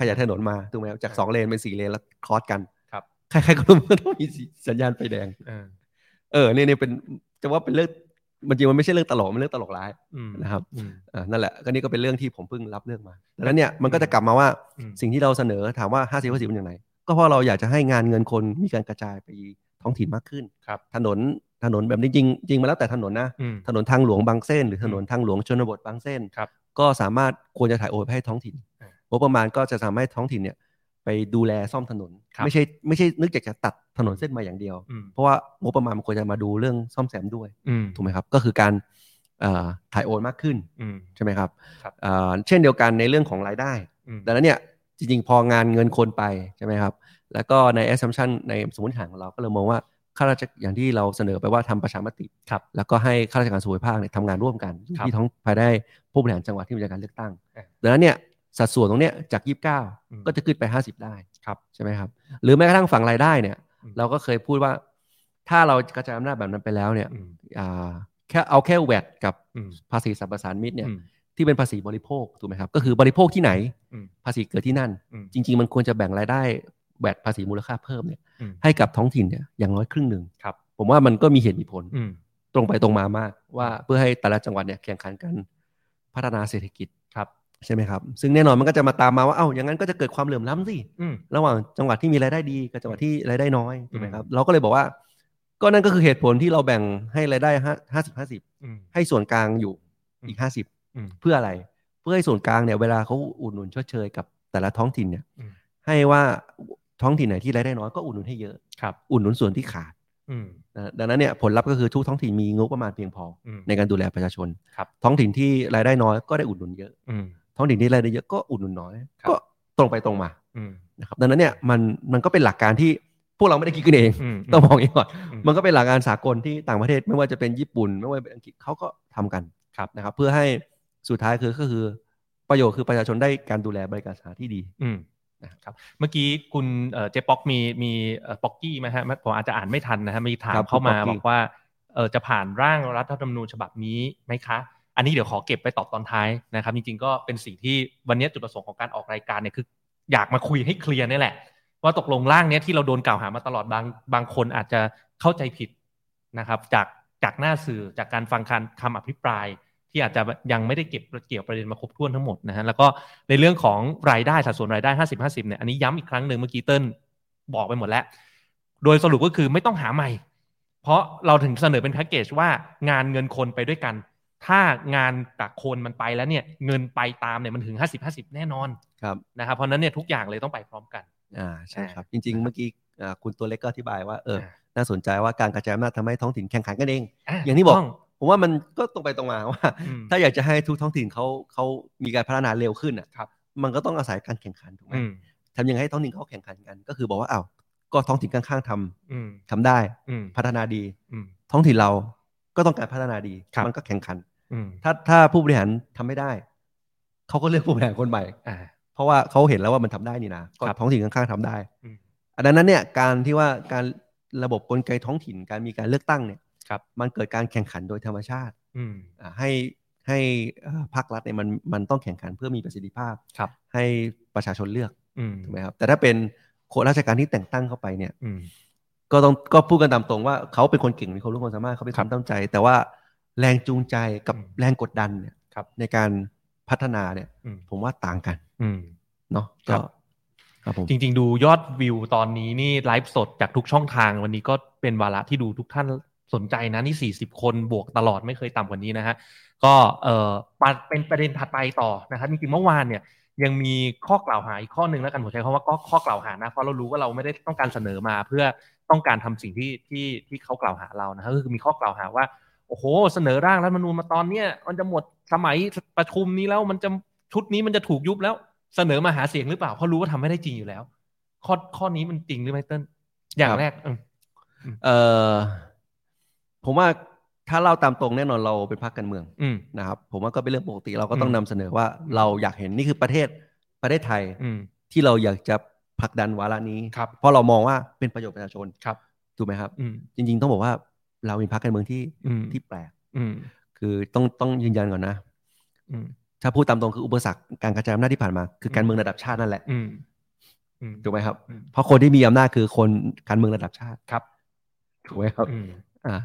[SPEAKER 2] ขยายถนนมาถูกไหมครับจากสองเลนเป็นสี่เลนแล้วครอสกัน
[SPEAKER 1] ครับ
[SPEAKER 2] ใครๆก็รู้ว่าต้องมีสัญญาณไฟแดง
[SPEAKER 1] เออ
[SPEAKER 2] เออเนี่ยเนี่ยเป็นจะว่าเป็นเรื่องมันจริงมันไม่ใช่เรื่องตลกมันเรื่องตลกร้าย
[SPEAKER 1] อืม
[SPEAKER 2] นะครับ
[SPEAKER 1] อืม
[SPEAKER 2] อ่านั่นแหละก็นี่ก็เป็นเรื่องที่ผมเพิ่งรับเรื่องมาดังนั้นเนี่ยมันก็จะกลับมาว่า
[SPEAKER 1] อืม
[SPEAKER 2] สิ่งที่เราเสนอถามว่า 50 50เป็นอย่างไรก็เพราะเราอยากจะให้งานเงินคนมีการกระจายไปท้องถิ่นมากขึ้น
[SPEAKER 1] ครับ
[SPEAKER 2] ถนนถนนแบบนี้จริงจริงมาแล้วแต่ถนนนะ
[SPEAKER 1] อืม
[SPEAKER 2] ถนนทางหลวงบางเส้น หรือถนนทางหลวงชนบทบางเส้น
[SPEAKER 1] ครับ
[SPEAKER 2] ก็สามารถควรจะถ่ายโอนไปให้ท้องถิ่น
[SPEAKER 1] อ่าง
[SPEAKER 2] บประมาณก็จะทำให้ท้องถิ่นเนี่ยไปดูแลซ่อมถนน
[SPEAKER 1] ครับ
[SPEAKER 2] ไม่ใช่ไม่ใช่นึกอยากจะตัดถนนเส้นมาอย่างเดียว
[SPEAKER 1] อืม
[SPEAKER 2] เพราะว่างบประมาณมันควรจะมาดูเรื่องซ่อมแซมด้วย
[SPEAKER 1] อืม
[SPEAKER 2] ถูกไหมครับ ก็คือการเอ่อถ่ายโอนมากขึ้น
[SPEAKER 1] อืม
[SPEAKER 2] ใช่ไหมครับ
[SPEAKER 1] ครับ
[SPEAKER 2] เอ่อเช่นเดียวกันในเรื่องของรายได้
[SPEAKER 1] อืม
[SPEAKER 2] ดังนั้นเนี่ยจริงๆ พองานเงินคนไปใช่ไหมครับ แล้วก็ใน assumption ในสมมติฐานของเราก็เลยมองว่าข้าราชการอย่างที่เราเสนอไปว่าทำประชามติ
[SPEAKER 1] ครับ
[SPEAKER 2] แล้วก็ให้ข้าราชการส่วนภูมิภาคเนี่ยทำงานร่วมกัน
[SPEAKER 1] ครับ
[SPEAKER 2] ที่ท้องภายได้ผู้บริหารจังหวัดที่มีการเลือกตั้ง
[SPEAKER 1] อ่ะ
[SPEAKER 2] ดังนั้นเนี่ยสัดส่วนตรงเนี้ยจาก
[SPEAKER 1] อืม
[SPEAKER 2] 29 ก็จะขึ้นไป 50 ได้
[SPEAKER 1] ครับ
[SPEAKER 2] ใช่ไหมครับ หรือแม้กระทั่งฝั่งรายได้เนี่ย
[SPEAKER 1] อืม
[SPEAKER 2] เราก็เคยพูดว่า ถ้าเรากระจายอำนาจแบบนั้นไปแล้วเนี่ย
[SPEAKER 1] อืม
[SPEAKER 2] อ่าแค่เอาแค่แวดกับ
[SPEAKER 1] อืม
[SPEAKER 2] ภาษีสรรพสามิตเนี่ย
[SPEAKER 1] อืม
[SPEAKER 2] ที่เป็นภาษีบริโภคถูกไหมครับ ก็คือบริโภคที่ไหน
[SPEAKER 1] อืม
[SPEAKER 2] ภาษีเกิดที่นั่น
[SPEAKER 1] อืม
[SPEAKER 2] จริง ๆ มันควรจะแบ่งรายได้แบตภาษีมูลค่าเพิ่มเนี่ย
[SPEAKER 1] อืม
[SPEAKER 2] ให้กับท้องถิ่นเนี่ยอย่างน้อยครึ่งหนึ่ง
[SPEAKER 1] ครับ
[SPEAKER 2] ผมว่ามันก็มีเหตุมีผล
[SPEAKER 1] อืม
[SPEAKER 2] ตรงไปตรงมามาก ว่าเพื่อให้แต่ละจังหวัดเนี่ยแข่งขันกันพัฒนาเศรษฐกิจ
[SPEAKER 1] ครับ
[SPEAKER 2] ใช่ไหมครับ ซึ่งแน่นอนมันก็จะมาตามมาว่าเอ้าอย่างนั้นก็จะเกิดความเหลื่อมล้ำสิ
[SPEAKER 1] อืม
[SPEAKER 2] ระหว่างจังหวัดที่มีรายได้ดีกับจังหวัดที่รายได้น้อยถูกไหมครับเราก็เลยบอกว่า ก็นั่นก็คือเหตุผลที่เราแบ่งให้รายได้ห้าสิบห้าสิบ
[SPEAKER 1] อืม
[SPEAKER 2] ให้ส่วนกลางอยู่
[SPEAKER 1] อืม
[SPEAKER 2] อีกห้าสิบ
[SPEAKER 1] อืม
[SPEAKER 2] เพื่ออะไร เพื่อให้ส่วนกลางเนี่ยเวลาเขาอุดหนุนชดเชยกับแต่ละท้องถิ่นเนี่ย
[SPEAKER 1] อืม
[SPEAKER 2] ให้ว่าท้องถิ่นไหนที่รายได้น้อยก็อุดหนุนให้เยอะ
[SPEAKER 1] ครับ
[SPEAKER 2] อุดหนุนส่วนที่ขาด
[SPEAKER 1] อืม
[SPEAKER 2] นะดังนั้นเนี่ยผลลัพธ์ก็คือทุกท้องถิ่นมีงบประมาณเพียงพอ
[SPEAKER 1] อืม
[SPEAKER 2] ในการดูแลประชาชน
[SPEAKER 1] ครับ
[SPEAKER 2] ท้องถิ่นที่รายได้น้อยก็ได้อุดหนุนเยอะ
[SPEAKER 1] อืม
[SPEAKER 2] ท้องถิ่นที่รายได้เยอะก็อุดหนุนน้อย
[SPEAKER 1] ครับ
[SPEAKER 2] ก็ตรงไปตรงมา
[SPEAKER 1] อืม
[SPEAKER 2] นะครับดังนั้นเนี่ยมันมันก็เป็นหลักการที่พวกเราไม่ได้คิดกันเอง
[SPEAKER 1] อืม
[SPEAKER 2] ต้องมองเองก่อน
[SPEAKER 1] อืม
[SPEAKER 2] มันก็เป็นหลักการสากลที่ต่างประเทศไม่ว่าจะเป็นญี่ปุ่น ไม่ว่าจะเป็นอังกฤษเขาก็ทำกัน
[SPEAKER 1] ครับ
[SPEAKER 2] นะครับ เพื่อให้สุดท้ายคือก็คือประโยชน์คือประชาชนได้การดูแลบริการสาธารณะที่ดี
[SPEAKER 1] อืมนะครับเมื่อกี้คุณเอ่อเจ๊ป๊อกมีมีเอ่อป๊อกกี้ไหมฮะผมอาจจะอ่านไม่ทันนะฮะมีถา
[SPEAKER 2] ครั
[SPEAKER 1] ม
[SPEAKER 2] บ
[SPEAKER 1] เข้ามาบ
[SPEAKER 2] คุณป๊อกกี้
[SPEAKER 1] อกว่าเอ่อจะผ่านร่างรัฐธรรมนูญฉบับนี้ไหมคะ อันนี้เดี๋ยวขอเก็บไปตอบตอนท้ายนะครับ จริงๆก็เป็นสิ่งที่วันนี้จุดประสงค์ของการออกรายการเนี่ยคือ อยากมาคุยให้เคลียร์นี่แหละ ว่าตกลงร่างเนี้ยที่เราโดนกล่าวหามาตลอดบางบางคนอาจจะเข้าใจผิดนะครับ จากจากหน้าสื่อจากการฟังการคำอภิปราย ที่อาจจะยังไม่ได้เก็บเกี่ยวประเด็นมาครบถ้วนทั้งหมดนะฮะแล้วก็ในเรื่องของรายได้สัดส่วนรายได้ 50 50เนี่ยอันนี้ย้ำอีกครั้งหนึ่งเมื่อกี้เติ้ลบอกไปหมดแล้ว โดยสรุปก็คือไม่ต้องหาใหม่ เพราะเราถึงเสนอเป็นแพ็กเกจว่างานเงินคนไปด้วยกัน ถ้างานกับคนมันไปแล้วเนี่ยเงินไปตามเนี่ยมันถึง 50 50 แน่นอน
[SPEAKER 2] ครับ
[SPEAKER 1] นะครับเพราะฉะนั้นเนี่ยทุกอย่างเลยต้องไปพร้อมกัน
[SPEAKER 2] อ่าใช่ครับ จ
[SPEAKER 1] ค
[SPEAKER 2] ริ
[SPEAKER 1] รั
[SPEAKER 2] ง
[SPEAKER 1] บ
[SPEAKER 2] ๆเมื่อกี้อ่าคุณตัวเล็กก็อธิบายว่าเออ
[SPEAKER 1] อ่า
[SPEAKER 2] น่าสนใจว่าการกระจายอำนาจทำให้ท้องถิ่นแข่งขันกันเอง
[SPEAKER 1] อ่ะ
[SPEAKER 2] อย่างที่บอก
[SPEAKER 1] ต้
[SPEAKER 2] ผมว่ามันก็ตรงไปตรงมาว่า
[SPEAKER 1] อืม
[SPEAKER 2] ถ้าอยากจะให้ทุกท้องถิ่นเขาเขามีการพัฒนาเร็วขึ้นอ่ะ
[SPEAKER 1] ครับ
[SPEAKER 2] มันก็ต้องอาศัยการแข่งขันถูกไหม
[SPEAKER 1] อืม
[SPEAKER 2] ทำยังไงให้ท้องถิ่นเขาแข่งขันกัน ก็คือบอกว่าอ้าวก็ท้องถิ่นข้างๆทำ
[SPEAKER 1] อืม
[SPEAKER 2] ทำได้
[SPEAKER 1] อืม
[SPEAKER 2] พัฒนาดี
[SPEAKER 1] อืม
[SPEAKER 2] ท้องถิ่นเราก็ต้องการพัฒนาดี
[SPEAKER 1] ครับ
[SPEAKER 2] มันก็แข่งขัน
[SPEAKER 1] อืม
[SPEAKER 2] ถ้าถ้าผู้บริหารทำไม่ได้ เขาก็เลือกผู้บริหารคนใหม่
[SPEAKER 1] อ่า
[SPEAKER 2] เพราะว่าเขาเห็นแล้วว่ามันทำได้นี่นะก็
[SPEAKER 1] ครับ
[SPEAKER 2] ท้องถิ่นข้างๆทำได้
[SPEAKER 1] อืม
[SPEAKER 2] อันนั้นเนี่ยการที่ว่าการระบบกลไกท้องถิ่นการมีการเลือกตั้งเนี่ย
[SPEAKER 1] ครับ
[SPEAKER 2] มันเกิดการแข่งขันโดยธรรมชาติ
[SPEAKER 1] อืม
[SPEAKER 2] อ่าให้ให้เอ่อภาครัฐเนี่ยมันมันต้องแข่งขันเพื่อมีประสิทธิภาพ
[SPEAKER 1] ครับ
[SPEAKER 2] ให้ประชาชนเลือก
[SPEAKER 1] อืม
[SPEAKER 2] ถูกไหมครับแต่ถ้าเป็นคนราชการที่แต่งตั้งเข้าไปเนี่ย
[SPEAKER 1] อืม
[SPEAKER 2] ก็ต้องก็พูดกันตามตรงว่าเขาเป็นคนเก่งมีความรู้ความสามารถเขาเป็น
[SPEAKER 1] ค
[SPEAKER 2] ครับ นตั้งใจ แต่ว่าแรงจูงใจกับ
[SPEAKER 1] อืม
[SPEAKER 2] แรงกดดันเนี่ย
[SPEAKER 1] ครับ
[SPEAKER 2] ในการพัฒนาเนี่ย
[SPEAKER 1] อืม
[SPEAKER 2] ผมว่าต่างกัน
[SPEAKER 1] อืม
[SPEAKER 2] เนาะ
[SPEAKER 1] ครั
[SPEAKER 2] ก็
[SPEAKER 1] บ
[SPEAKER 2] ครับผม
[SPEAKER 1] จริง ๆ ดูยอดวิวตอนนี้นี่ไลฟ์สดจากทุกช่องทางวันนี้ก็เป็นวาระที่ดูทุกท่านสนใจนะนี่ 40 คนบวกตลอดไม่เคยต่ำกว่านี้นะฮะ ก็เออปะเป็นประเด็นถัดไปต่อนะครับจริงๆเมื่อวานเนี่ย ยังมีข้อกล่าวหาอีกข้อหนึ่งแล้วกันผมใช้คำว่าก็ข้อกล่าวหานะเพราะเรารู้ว่าเราไม่ได้ต้องการเสนอมาเพื่อต้องการทำสิ่งที่ที่ที่เขากล่าวหาเรานะฮะก็คือมีข้อกล่าวหาว่า โอ้โห เสนอร่างรัฐธรรมนูญมาตอนเนี้ยมันจะหมดสมัยประชุมนี้แล้วมันจะชุดนี้มันจะถูกยุบแล้วเสนอมาหาเสียงหรือเปล่าเพราะรู้ว่าทำไม่ได้จริงอยู่แล้ว ข้อข้อนี้มันจริงหรือไม่เติ้ลอย่างแรกอืม
[SPEAKER 2] เอ่อผมว่าถ้าเราตามตรงแน่นอนเราเป็นพรรคการเมือง
[SPEAKER 1] อืม
[SPEAKER 2] นะครับ ผมว่าก็เป็นเรื่องปกติเราก็ต้อง
[SPEAKER 1] อืม
[SPEAKER 2] นำเสนอว่าเราอยากเห็นนี่คือประเทศประเทศไทย
[SPEAKER 1] อืม
[SPEAKER 2] ที่เราอยากจะผลักดันวาระนี้
[SPEAKER 1] ครับ
[SPEAKER 2] เพราะเรามองว่าเป็นประโยชน์ประชาชน
[SPEAKER 1] ครับ
[SPEAKER 2] ถูกไหมครับ
[SPEAKER 1] อืม
[SPEAKER 2] จริง ๆ ต้องบอกว่าเราเป็นพรรคการเมืองที่
[SPEAKER 1] อืม
[SPEAKER 2] ที่แปลก
[SPEAKER 1] อืม
[SPEAKER 2] คือต้องต้องยืนยันก่อนนะ
[SPEAKER 1] อืม
[SPEAKER 2] ถ้าพูดตามตรงคืออุปสรรคการกระจายอำนาจที่ผ่านมา คือการเมืองระดับชาตินั่นแหละ
[SPEAKER 1] อืมอืม
[SPEAKER 2] ถูกไหมครับ
[SPEAKER 1] อืม
[SPEAKER 2] เพราะคนที่มีอำนาจคือคนการเมืองระดับชาติ
[SPEAKER 1] ครับ
[SPEAKER 2] ถูกไหมครับ
[SPEAKER 1] อืม
[SPEAKER 2] อ่า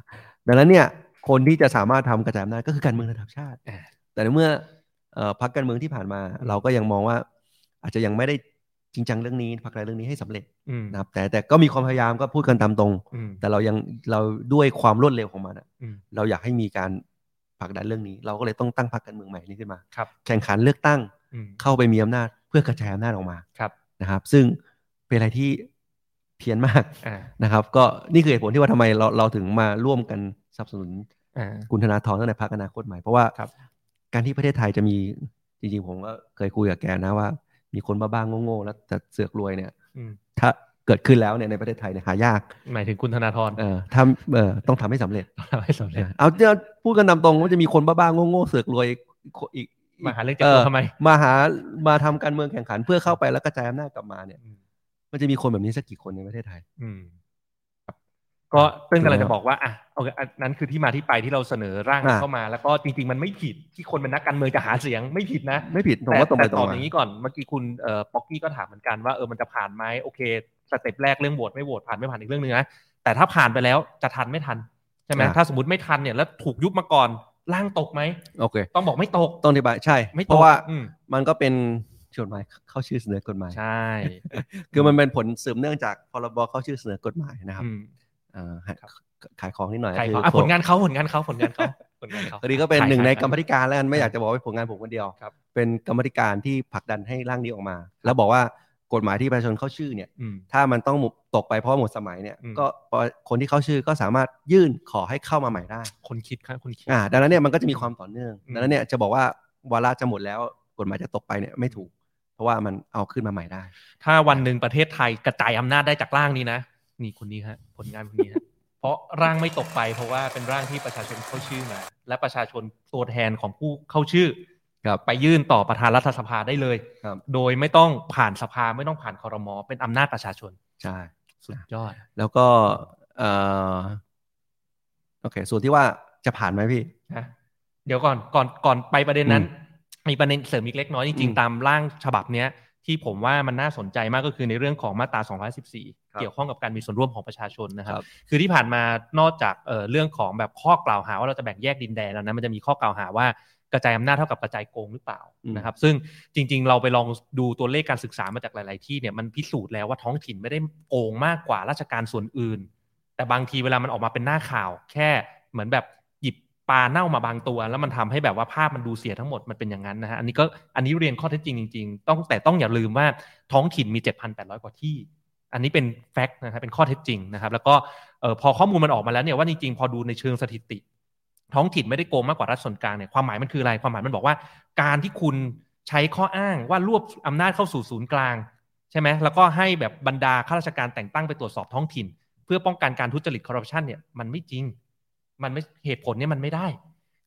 [SPEAKER 2] ดังนั้นเนี่ยคนที่จะสามารถทำกระจายอำนาจก็คือการเมืองระดับชาติ
[SPEAKER 1] อ่า
[SPEAKER 2] แต่ในเมื่อเอ่อพรรคการเมืองที่ผ่านมา
[SPEAKER 1] อืม
[SPEAKER 2] เราก็ยังมองว่า อาจจะยังไม่ได้จริงจังเรื่องนี้ผลักดันเรื่องนี้ให้สำเร็จ
[SPEAKER 1] อืม
[SPEAKER 2] นะครับ แต่แต่ก็มีความพยายามก็พูดกันตามตรง
[SPEAKER 1] อืม
[SPEAKER 2] แต่เรายังเราด้วยความรวดเร็วของมันอะ
[SPEAKER 1] อืม
[SPEAKER 2] เราอยากให้มีการผลักดันเรื่องนี้ เราก็เลยต้องตั้งพรรคการเมืองใหม่นี้ขึ้นมา
[SPEAKER 1] ครับ
[SPEAKER 2] แข่งขันเลือกตั้ง
[SPEAKER 1] อืม
[SPEAKER 2] เข้าไปมีอำนาจเพื่อกระจายอำนาจออกมา
[SPEAKER 1] ครับ
[SPEAKER 2] นะครับ ซึ่งเป็นอะไรที่เพี้ยนมาก
[SPEAKER 1] อ่า
[SPEAKER 2] นะครับก็นี่คือเหตุผลที่ว่าทำไมเราเราถึงมาร่วมกันสนับสนุน
[SPEAKER 1] อ่า
[SPEAKER 2] คุณธนาธรตั้งแต่พรรคอนาคตใหม่เพราะว่า
[SPEAKER 1] ครับ
[SPEAKER 2] การที่ประเทศไทยจะมีจริงๆผมก็เคยคุยกับแกนะว่า มีคนบ้าๆโง่ๆแล้วแต่เสือกรวยเนี่ย
[SPEAKER 1] อืม
[SPEAKER 2] ถ้าเกิดขึ้นแล้วเนี่ยในประเทศไทยเนี่ยหายาก
[SPEAKER 1] หมายถึงคุณธนาธร
[SPEAKER 2] เออถ้าเออต้องทำให้สำเร็จ
[SPEAKER 1] ทำให้สำเร็จ
[SPEAKER 2] นะเอาเนี่ยพูดกันตามตรงว่าจะมีคนบ้าๆโง่ๆเสือกรวยอีกอีก
[SPEAKER 1] มาหาเรื่องจะกลัวทำไม
[SPEAKER 2] มาหามาทำการเมืองแข่งขันเพื่อเข้าไปแล้วกระจายอำนาจกลับมาเนี่ย
[SPEAKER 1] อืม
[SPEAKER 2] มันจะมีคนแบบนี้สักกี่คนในประเทศไทย
[SPEAKER 1] อืมครับก็เต้นกำลัง
[SPEAKER 2] ถูกไหม
[SPEAKER 1] จะบอกว่าอ่ะโอเคอันนั้นคือที่มาที่ไปที่เราเสนอร่าง
[SPEAKER 2] อ่ะ
[SPEAKER 1] เข้ามา แล้วก็จริง ๆ มันไม่ผิดที่คนเป็นนักการเมืองจะหาเสียงไม่ผิดนะ
[SPEAKER 2] ไม่ผิดผม
[SPEAKER 1] แต่
[SPEAKER 2] ว่าตรงไป
[SPEAKER 1] แต่
[SPEAKER 2] ต
[SPEAKER 1] ต
[SPEAKER 2] รง
[SPEAKER 1] อบ
[SPEAKER 2] มา
[SPEAKER 1] อย่างนี้ก่อนเมื่อกี้คุณเอ่อป๊อกกี้ก็ถามเหมือนกันว่าเออมันจะผ่านไหมโอเคสเต็ปแรกเรื่องโหวตไม่โหวตผ่านไม่ผ่านอีกเรื่องหนึงนะแต่ถ้าผ่านไปแล้วจะทันไม่ทันใช่ไหม
[SPEAKER 2] อ่ะ
[SPEAKER 1] ถ้าสมมติไม่ทันเนี่ยแล้วถูกยุบมาก่อนร่างตกไหม
[SPEAKER 2] โอเค
[SPEAKER 1] ต้องบอกไม่ตก
[SPEAKER 2] ต้องอธิบายใช่
[SPEAKER 1] ไม่ตก
[SPEAKER 2] เพราะว่า
[SPEAKER 1] อืม
[SPEAKER 2] มันก็เป็นกฎหมายเข้าชื่อเสนอกฎหมาย
[SPEAKER 1] ใช่
[SPEAKER 2] คือมันเป็นผลสืบเนื่องจากพรบเข้าชื่อเสนอกฎหมายนะครับ
[SPEAKER 1] อืม
[SPEAKER 2] อ่าขายของนิดหน่อย
[SPEAKER 1] ใคร
[SPEAKER 2] คื
[SPEAKER 1] เขาอ่ะ
[SPEAKER 2] พว
[SPEAKER 1] ผ
[SPEAKER 2] ก
[SPEAKER 1] ลงานเขาผลงานเขาผลงานเขาผลงานเขา
[SPEAKER 2] คดีก็เป็น
[SPEAKER 1] ขาย
[SPEAKER 2] หนึ่งใน
[SPEAKER 1] ขาย
[SPEAKER 2] กรรมธิการแล้วกันไม่อยากจะบอกว่าเป็นผลงานผมคนเดียว
[SPEAKER 1] ครับ
[SPEAKER 2] เป็นกรรมธิการที่ผลักดันให้ร่างนี้ออกมา แล้วบอกว่ากฎหมายที่ประชาชนเข้าชื่อเนี่ย
[SPEAKER 1] อืม
[SPEAKER 2] ถ้ามันต้องตกไปเพราะหมดสมัยเนี่ย
[SPEAKER 1] อืม
[SPEAKER 2] ก็คนที่เข้าชื่อก็สามารถยื่นขอให้เข้ามาใหม่ได้
[SPEAKER 1] คนคิดครับคนคิด
[SPEAKER 2] อ่าดังนั้นเนี่ยมันก็จะมีความต่อเนื่อง
[SPEAKER 1] อืม
[SPEAKER 2] ดังนั้นเนี่ยจะบอกว่าวาระจะหมดแล้วกฎหมายจะตกไปเนี่ยไม่ถูก เพราะว่ามันเอาขึ้นมาใหม่ได้
[SPEAKER 1] ถ้าวันหนึ่งประเทศไทยกระจายอำนาจได้จากร่างนี้นะ นี่คนนี้ฮะผลงานคนนี้ฮะ เพราะร่างไม่ตกไป เพราะว่าเป็นร่างที่ประชาชนเข้าชื่อมา และประชาชนตัวแทนของผู้เข้าชื่อ
[SPEAKER 2] ครับ
[SPEAKER 1] ไปยื่นต่อประธานรัฐสภาได้เลย
[SPEAKER 2] ครับ
[SPEAKER 1] โดยไม่ต้องผ่านสภาไม่ต้องผ่านคอรมอเป็นอำนาจประชาชน
[SPEAKER 2] ใช่
[SPEAKER 1] สุดยอด
[SPEAKER 2] แล้วก็เอ่อโอเค ส่วนที่ว่าจะผ่านไหมพี่
[SPEAKER 1] นะเดี๋ยวก่อนก่อนก่อนไปประเด็นนั้น มีประเด็นเสริมอีกเล็กน้อยจริง
[SPEAKER 2] อืม
[SPEAKER 1] ๆตามร่างฉบับเนี้ย ที่ผมว่ามันน่าสนใจมากก็คือในเรื่องของมาตรา
[SPEAKER 2] ครับ
[SPEAKER 1] 214 เกี่ยวข้องกับการมีส่วนร่วมของประชาชนนะครับ
[SPEAKER 2] ครับ
[SPEAKER 1] คือที่ผ่านมานอกจากเอ่อเรื่องของแบบข้อกล่าวหาว่าเราจะแบ่งแยกดินแดนแล้วนะมันจะมีข้อกล่าวหาว่ากระจายอำนาจเท่ากับกระจายโกงหรือเปล่านะครับ ซึ่งจริง ๆ เราไปลองดูตัวเลขการศึกษามาจากหลาย ๆ ที่เนี่ยมันพิสูจน์แล้วว่าท้องถิ่นไม่ได้โกงมากกว่าราชการส่วนอื่น แต่บางทีเวลามันออกมาเป็นหน้าข่าว แค่เหมือนแบบหยิบปลาเน่ามาบางตัว แล้วมันทำให้แบบว่าภาพมันดูเสียทั้งหมดมันเป็นอย่างนั้นนะฮะอันนี้ก็อันนี้เรียนข้อเท็จจริงจริงๆต้องแต่ต้องอย่าลืมว่าท้องถิ่นมี 7,800 กว่าที่ อันนี้เป็นแฟกต์นะครับเป็นข้อเท็จจริงนะครับ แล้วก็เอ่อพอข้อมูลมันออกมาแล้วเนี่ยว่าจริงๆพอดูในเชิงสถิติ ท้องถิ่นไม่ได้โกงมากกว่ารัฐส่วนกลางเนี่ยความหมายมันคืออะไรความหมายมันบอกว่า การที่คุณใช้ข้ออ้างว่ารวบอำนาจเข้าสู่ศูนย์กลาง ใช่ไหมแล้วก็ให้แบบบรรดาข้าราชการแต่งตั้งไปตรวจสอบท้องถิ่น เพื่อป้องกันการทุจริตคอร์รัปชันเนี่ยมันไม่จริง มันไม่เหตุผลเนี่ยมันไม่ได้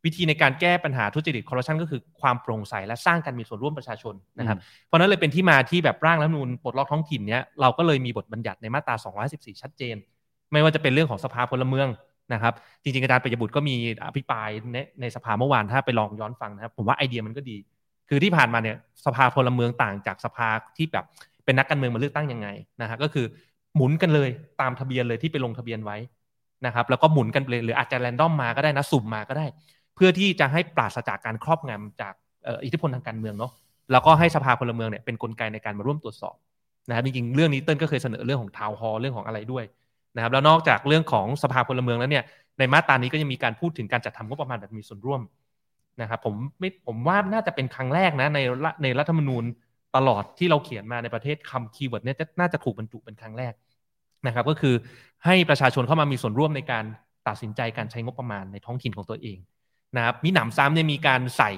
[SPEAKER 1] วิธีในการแก้ปัญหาทุจริตคอร์รัปชันก็คือความโปร่งใสและสร้างการมีส่วนร่วมประชาชนนะครับ เพราะนั้นเลยเป็นที่มาที่แบบร่างรัฐธรรมนูญปลดล็อกท้องถิ่นเนี่ยเราก็เลยมีบทบัญญัติในมาตรา 214 ชัดเจน ไม่ว่าจะเป็นเรื่องของสภาพลเมืองนะครับ จริงๆอาจารย์ปิยบุตรก็มีอภิปรายในในสภาเมื่อวานถ้าไปลองย้อนฟังนะครับ ผมว่าไอเดียมันก็ดี คือที่ผ่านมาเนี่ยสภาพลเมืองต่างจากสภาที่แบบเป็นนักการเมืองมาเลือกตั้งยังไงนะฮะก็คือหมุนกันเลยตามทะเบียนเลยที่ไปลงทะเบียนไว้นะครับ แล้วก็หมุนกันไปเลยหรืออาจจะแรนดอมมาก็ได้นะสุ่มมาก็ได้ เพื่อที่จะให้ปราศจากการครอบงำจากเอ่ออิทธิพลทางการเมืองเนาะแล้วก็ให้สภาพลเมืองเนี่ยเป็นกลไกในการมาร่วมตรวจสอบนะครับจริงๆเรื่องนี้เต้นก็เคยเสนอเรื่องของทาวฮอเรื่องของอะไรด้วยนะครับแล้วนอกจากเรื่องของสภาพลเมืองแล้วเนี่ย ในมาตรานี้ก็ยังมีการพูดถึงการจัดทำงบประมาณแบบมีส่วนร่วมนะครับผมไม่ผมว่าน่าจะเป็นครั้งแรกนะในรัฐในรัฐธรรมนูญตลอดที่เราเขียนมาในประเทศคำคีย์เวิร์ดเนี่ยจะน่าจะถูกบรรจุเป็นครั้งแรกนะครับ ก็คือให้ประชาชนเข้ามามีส่วนร่วมในการตัดสินใจการใช้งบประมาณในท้องถิ่นของตัวเองนะครับมีหนำซ้ำเนี่ยมีการใส่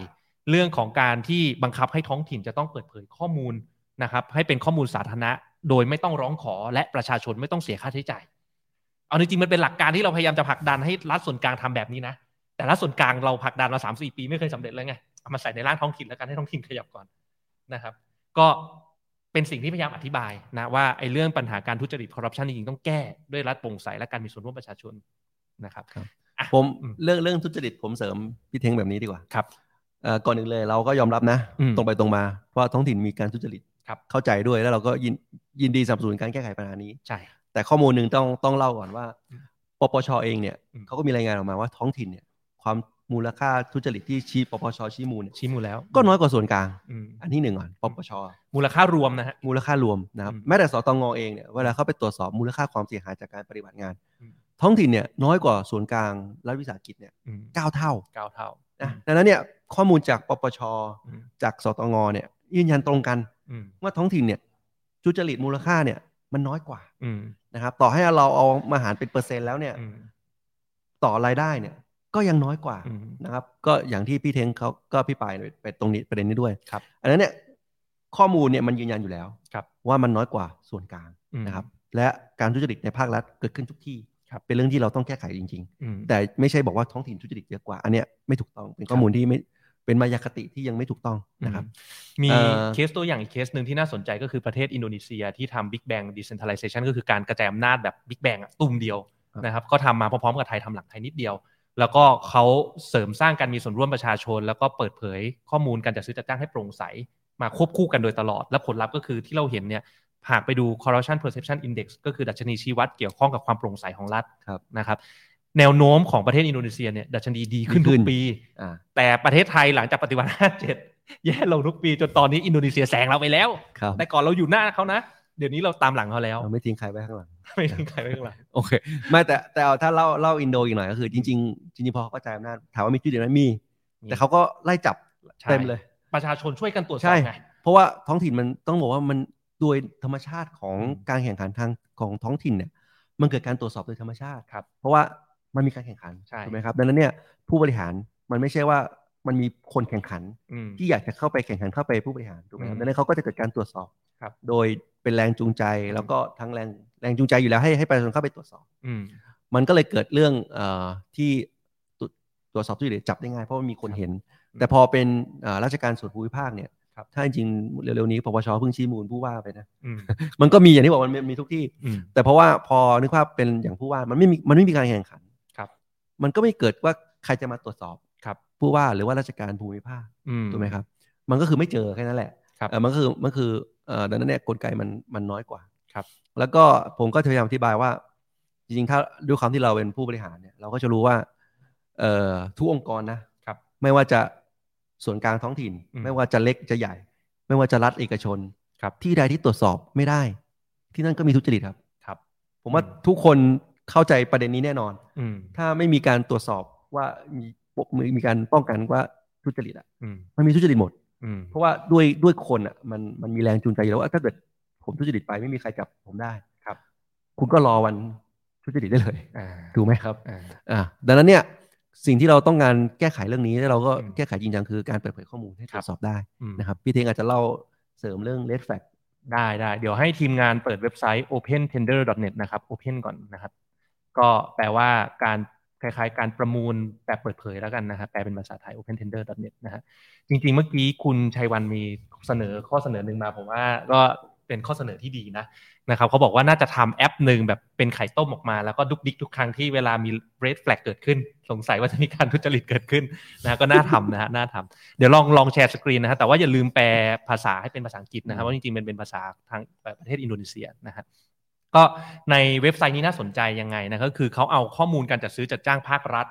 [SPEAKER 1] เรื่องของการที่บังคับให้ท้องถิ่นจะต้องเปิดเผยข้อมูลนะครับ ให้เป็นข้อมูลสาธารณะ โดยไม่ต้องร้องขอและประชาชนไม่ต้องเสียค่าใช้จ่าย เอาจริงๆมันเป็นหลักการที่เราพยายามจะผลักดันให้รัฐส่วนกลางทำแบบนี้นะ แต่รัฐส่วนกลางเราผลักดันมาสามสี่ปีไม่เคยสำเร็จเลยไงเอามาใส่ในร่างท้องถิ่นแล้วกันให้ท้องถิ่นขยับก่อนนะครับ ก็เป็นสิ่งที่พยายามอธิบายนะว่าไอ้เรื่องปัญหาการทุจริตคอร์รัปชันจริงๆต้องแก้ด้วยรัฐโปร่งใสและการมีส่วนร่วมประชาชนนะครับ
[SPEAKER 2] ผม
[SPEAKER 1] อืม
[SPEAKER 2] เรื่องเรื่องทุจริตผมเสริมพี่เท้งแบบนี้ดีกว่า
[SPEAKER 1] ครับ
[SPEAKER 2] เอ่อก่อนอื่นเลยเราก็ยอมรับนะ
[SPEAKER 1] อืม
[SPEAKER 2] ตรงไปตรงมาว่าท้องถิ่นมีการทุจริต
[SPEAKER 1] ครับ
[SPEAKER 2] เข้าใจด้วยแล้วเราก็ยินยินดีสนับสนุนการแก้ไขปัญหานี้
[SPEAKER 1] ใช่
[SPEAKER 2] แต่ข้อมูลหนึ่งต้องต้องเล่าก่อนว่า
[SPEAKER 1] อืม
[SPEAKER 2] ปปชเองเนี่ย
[SPEAKER 1] อืม
[SPEAKER 2] เขาก็มีรายงานออกมาว่าท้องถิ่นเนี่ยความมูลค่าทุจริตที่ชี้ปปชชี้มูลเนี่ย
[SPEAKER 1] ชี้มูลแล้ว
[SPEAKER 2] ก็น้อยกว่าส่วนกลาง
[SPEAKER 1] อืม
[SPEAKER 2] อันที่หนึ่งก่อนปปช
[SPEAKER 1] มูลค่ารวมนะฮะ
[SPEAKER 2] มูลค่ารวมนะครับ
[SPEAKER 1] อืม
[SPEAKER 2] แม้แต่สตงเองเนี่ยเวลาเข้าไปตรวจสอบมูลค่าความเสียหายจากการปฏิบัติงาน
[SPEAKER 1] อืม
[SPEAKER 2] ท้องถิ่นเนี่ยน้อยกว่าส่วนกลางรัฐวิสาหกิจเนี่ย
[SPEAKER 1] อืม
[SPEAKER 2] เก้าเท่า
[SPEAKER 1] เก้าเท่า
[SPEAKER 2] นะดังนั้นเนี่ยข้อมูลจากปปช
[SPEAKER 1] อืม
[SPEAKER 2] จากสตงเนี่ยยืนยันตรงกัน
[SPEAKER 1] อืม
[SPEAKER 2] ว่าท้องถิ่นเนี่ยทุจริตมูลค่าเนี่ยมันน้อยกว่า
[SPEAKER 1] อืม
[SPEAKER 2] นะครับต่อให้เราเอามาหารเป็นเปอร์เซ็นต์แล้วเนี่ย
[SPEAKER 1] อืม
[SPEAKER 2] ต่อรายได้เนี่ยก็ยังน้อยกว่า
[SPEAKER 1] อืม
[SPEAKER 2] นะครับก็อย่างที่พี่เทงเขาก็พี่ปรายไปไปตรงนี้ประเด็นนี้ด้วย
[SPEAKER 1] ครับ
[SPEAKER 2] อันนั้นเนี่ยข้อมูลเนี่ยมันยืนยันอยู่แล้ว
[SPEAKER 1] ครับ
[SPEAKER 2] ว่ามันน้อยกว่าส่วนกลาง
[SPEAKER 1] อืม
[SPEAKER 2] นะครับและการทุจริตในภาครัฐเกิดขึ้นทุกที่
[SPEAKER 1] ครับ
[SPEAKER 2] เป็นเรื่องที่เราต้องแก้ไขจริง
[SPEAKER 1] อืม
[SPEAKER 2] ๆ แต่ไม่ใช่บอกว่าท้องถิ่นทุจริตเยอะกว่า อันเนี้ยไม่ถูกต้องเป็นข้อมูลที่ไม่เป็นมายาคติที่ยังไม่ถูกต้องนะครับ
[SPEAKER 1] มี
[SPEAKER 2] เอ่อ
[SPEAKER 1] เคสตัวอย่างอีกเคสหนึ่งที่น่าสนใจก็คือประเทศอินโดนีเซียที่ทำ Big Bang Decentralization ก็คือการกระจายอำนาจแบบ Big Bang อะตุ่มเดียวนะครับก็ทำมาพร้อมๆกับไทยทำหลังไทยนิดเดียว แล้วก็เขาเสริมสร้างการมีส่วนร่วมประชาชน แล้วก็เปิดเผยข้อมูลการจัดซื้อจัดจ้างให้โปร่งใส มาควบคู่กันโดยตลอด และผลลัพธ์ก็คือที่เราเห็นเนี่ยหากไปดู corruption perception index ก็คือดัชนีชี้วัดเกี่ยวข้องกับความโปร่งใสของรัฐ
[SPEAKER 2] ครับ
[SPEAKER 1] นะครับแนวโน้มของประเทศอินโดนีเซียเนี่ยดัชนีดีขึ้นทุ
[SPEAKER 2] ดีขึ้
[SPEAKER 1] ก
[SPEAKER 2] น
[SPEAKER 1] ปี
[SPEAKER 2] อ่า
[SPEAKER 1] แต่ประเทศไทยหลังจากปฏิวัติ 57 แย่ลงทุกปีจนตอนนี้อินโดนีเซียแซงเราไปแล้ว
[SPEAKER 2] ครับ
[SPEAKER 1] แต่ก่อนเราอยู่หน้าเขานะ เดี๋ยวนี้เราตามหลังเขาแล้ว
[SPEAKER 2] เราไม่ทิ้งใครไว้ข้างหลัง
[SPEAKER 1] ไม่ถึงใครไม่ถึงหลัง
[SPEAKER 2] โอเคไม่แต่แต่เอาถ้าเล่าเล่าอินโดอีกหน่อยก็คือจริงๆจริงๆพอเขากระจายอำนาจถามว่ามีจุดเด่นไหมมี แต่เขาก็ไล่จับ
[SPEAKER 1] ใช่
[SPEAKER 2] เต็มเลย
[SPEAKER 1] ประชาชนช่วยกันตรวจส
[SPEAKER 2] ใช่
[SPEAKER 1] อบไง
[SPEAKER 2] เพราะว่าท้องถิ่นมันต้องบอกว่ามันโดยธรรมชาติของ
[SPEAKER 1] อืม
[SPEAKER 2] การแข่งขันทางของท้องถิ่นเนี่ยมันเกิดการตรวจสอบโดยธรรมชาติ
[SPEAKER 1] ครับ
[SPEAKER 2] เพราะว่ามันมีการแข่งขัน
[SPEAKER 1] ใช่
[SPEAKER 2] ถูกไหมครับดังนั้นเนี่ยผู้บริหารมันไม่ใช่ว่ามันมีคนแข่งขัน
[SPEAKER 1] อืม
[SPEAKER 2] ที่อยากจะเข้าไปแข่งขันเข้าไปผู้บริหารถูกไหมครับ
[SPEAKER 1] อืม
[SPEAKER 2] ดังนั้นเขาก็จะเกิดการตรวจสอบ
[SPEAKER 1] ครับ
[SPEAKER 2] โดยเป็นแรงจูงใจแล้วก็ทั้งแรงแรงจูงใจอยู่แล้วให้ให้ประชาชนเข้าไปตรวจสอบ
[SPEAKER 1] อืม
[SPEAKER 2] มันก็เลยเกิดเรื่องเออที่ตรวตรวจสอบทุจริตจับได้ง่ายเพราะว่ามีคนเห็น
[SPEAKER 1] ม
[SPEAKER 2] แต่พอเป็นเอ่อราชการส่วนภูมิภาคเนี่ย
[SPEAKER 1] ครับ
[SPEAKER 2] ถ้าจริงๆเร็วๆนี้ปปชเพิ่งชี้มูลผู้ว่าไปนะ
[SPEAKER 1] อืม
[SPEAKER 2] มันก็มีอย่างที่บอกมันมีมีทุกที่
[SPEAKER 1] อืม
[SPEAKER 2] แต่เพราะว่าพอนึกภาพเป็นอย่างผู้ว่ามันไม่มีมันไม่มีการแข่งขัน
[SPEAKER 1] ครับ
[SPEAKER 2] มันก็ไม่เกิดว่าใครจะมาตรวจสอบ
[SPEAKER 1] ครับ
[SPEAKER 2] ผู้ว่าหรือว่าราชการภูมิภาค
[SPEAKER 1] อื
[SPEAKER 2] ถูกไหมครับ มันก็คือไม่เจอแค่นั้นแหละ
[SPEAKER 1] ครับ
[SPEAKER 2] เอ่อมันก็คือมันคือเอ่อดังนั้นเนี่ยกลไกมันมันน้อยกว่า
[SPEAKER 1] ครับ
[SPEAKER 2] แล้วก็ผมก็พยายามอธิบายว่า จริงๆถ้าด้วยความที่เราเป็นผู้บริหารเนี่ยเราก็จะรู้ว่าเอ่อทุกองค์กรนะ
[SPEAKER 1] ครับ
[SPEAKER 2] ไม่ว่าจะส่วนกลางท้องถิ่น
[SPEAKER 1] อืม
[SPEAKER 2] ไม่ว่าจะเล็กจะใหญ่ ไม่ว่าจะรัฐเอกชน
[SPEAKER 1] ครับ
[SPEAKER 2] ที่ใดที่ตรวจสอบไม่ได้ ที่นั่นก็มีทุจริตครับ
[SPEAKER 1] ครับ
[SPEAKER 2] ผมว่า
[SPEAKER 1] อืม
[SPEAKER 2] ทุกคนเข้าใจประเด็นนี้แน่นอน
[SPEAKER 1] อืม
[SPEAKER 2] ถ้าไม่มีการตรวจสอบว่ามีปกมือมีการป้องกันว่าทุจริตอ่ะ
[SPEAKER 1] อืม
[SPEAKER 2] มันมีทุจริตหมด
[SPEAKER 1] อืม
[SPEAKER 2] เพราะว่าด้วยด้วยคนอ่ะมันมันมีแรงจูงใจอยู่แล้วว่าถ้าเกิดผมทุจริตไปไม่มีใครจับผมได้ครับ คุณก็รอวันทุจริตได้เลย
[SPEAKER 1] อ่า
[SPEAKER 2] ถูกไหมครับ
[SPEAKER 1] อ่า
[SPEAKER 2] อ่าดังนั้นเนี่ยสิ่งที่เราต้องการแก้ไขเรื่องนี้แล้วเราก็
[SPEAKER 1] อืม
[SPEAKER 2] แก้ไขจริงจังคือการเปิดเผยข้อมูลให้ต
[SPEAKER 1] ครั
[SPEAKER 2] รว
[SPEAKER 1] บ
[SPEAKER 2] จสอบได้
[SPEAKER 1] อืม
[SPEAKER 2] นะครับพี่เทงอาจจะเล่าเสริมเรื่อง red flag
[SPEAKER 1] ได้ได้เดี๋ยวให้ทีมงานเปิดเว็บไซต์ opentender.net นะครับ open ก่อนนะครับ ก็แปลว่าการคล้ายๆ การประมูลแบบเปิดเผยแล้วกันนะครับแปลเป็นภาษาไทย opentender.net นะฮะจริงๆ เมื่อกี้คุณชัยวันมีเสนอข้อเสนอหนึ่งมาผมว่าก็เป็นข้อเสนอที่ดีนะนะครับเขาบอกว่าน่าจะทำแอปหนึ่งแบบเป็นไข่ต้มออกมา แล้วก็ดุกดิกทุกครั้งที่เวลามี red flag เกิดขึ้น สงสัยว่าจะมีการทุจริตเกิดขึ้น นะก็น่าทำนะฮะน่าทำ เดี๋ยวลองลองแชร์สกรีนนะฮะแต่ว่าอย่าลืมแปลภาษาให้เป็นภาษาอังกฤษนะครับเพราะจริงๆมันเป็นภาษาทางประเทศอินโดนีเซียนะฮะก็ในเว็บไซต์นี้น่าสนใจยังไงนะก็คือเขาเอาข้อมูลการจัดซื้อจัดจ้างภาครัฐ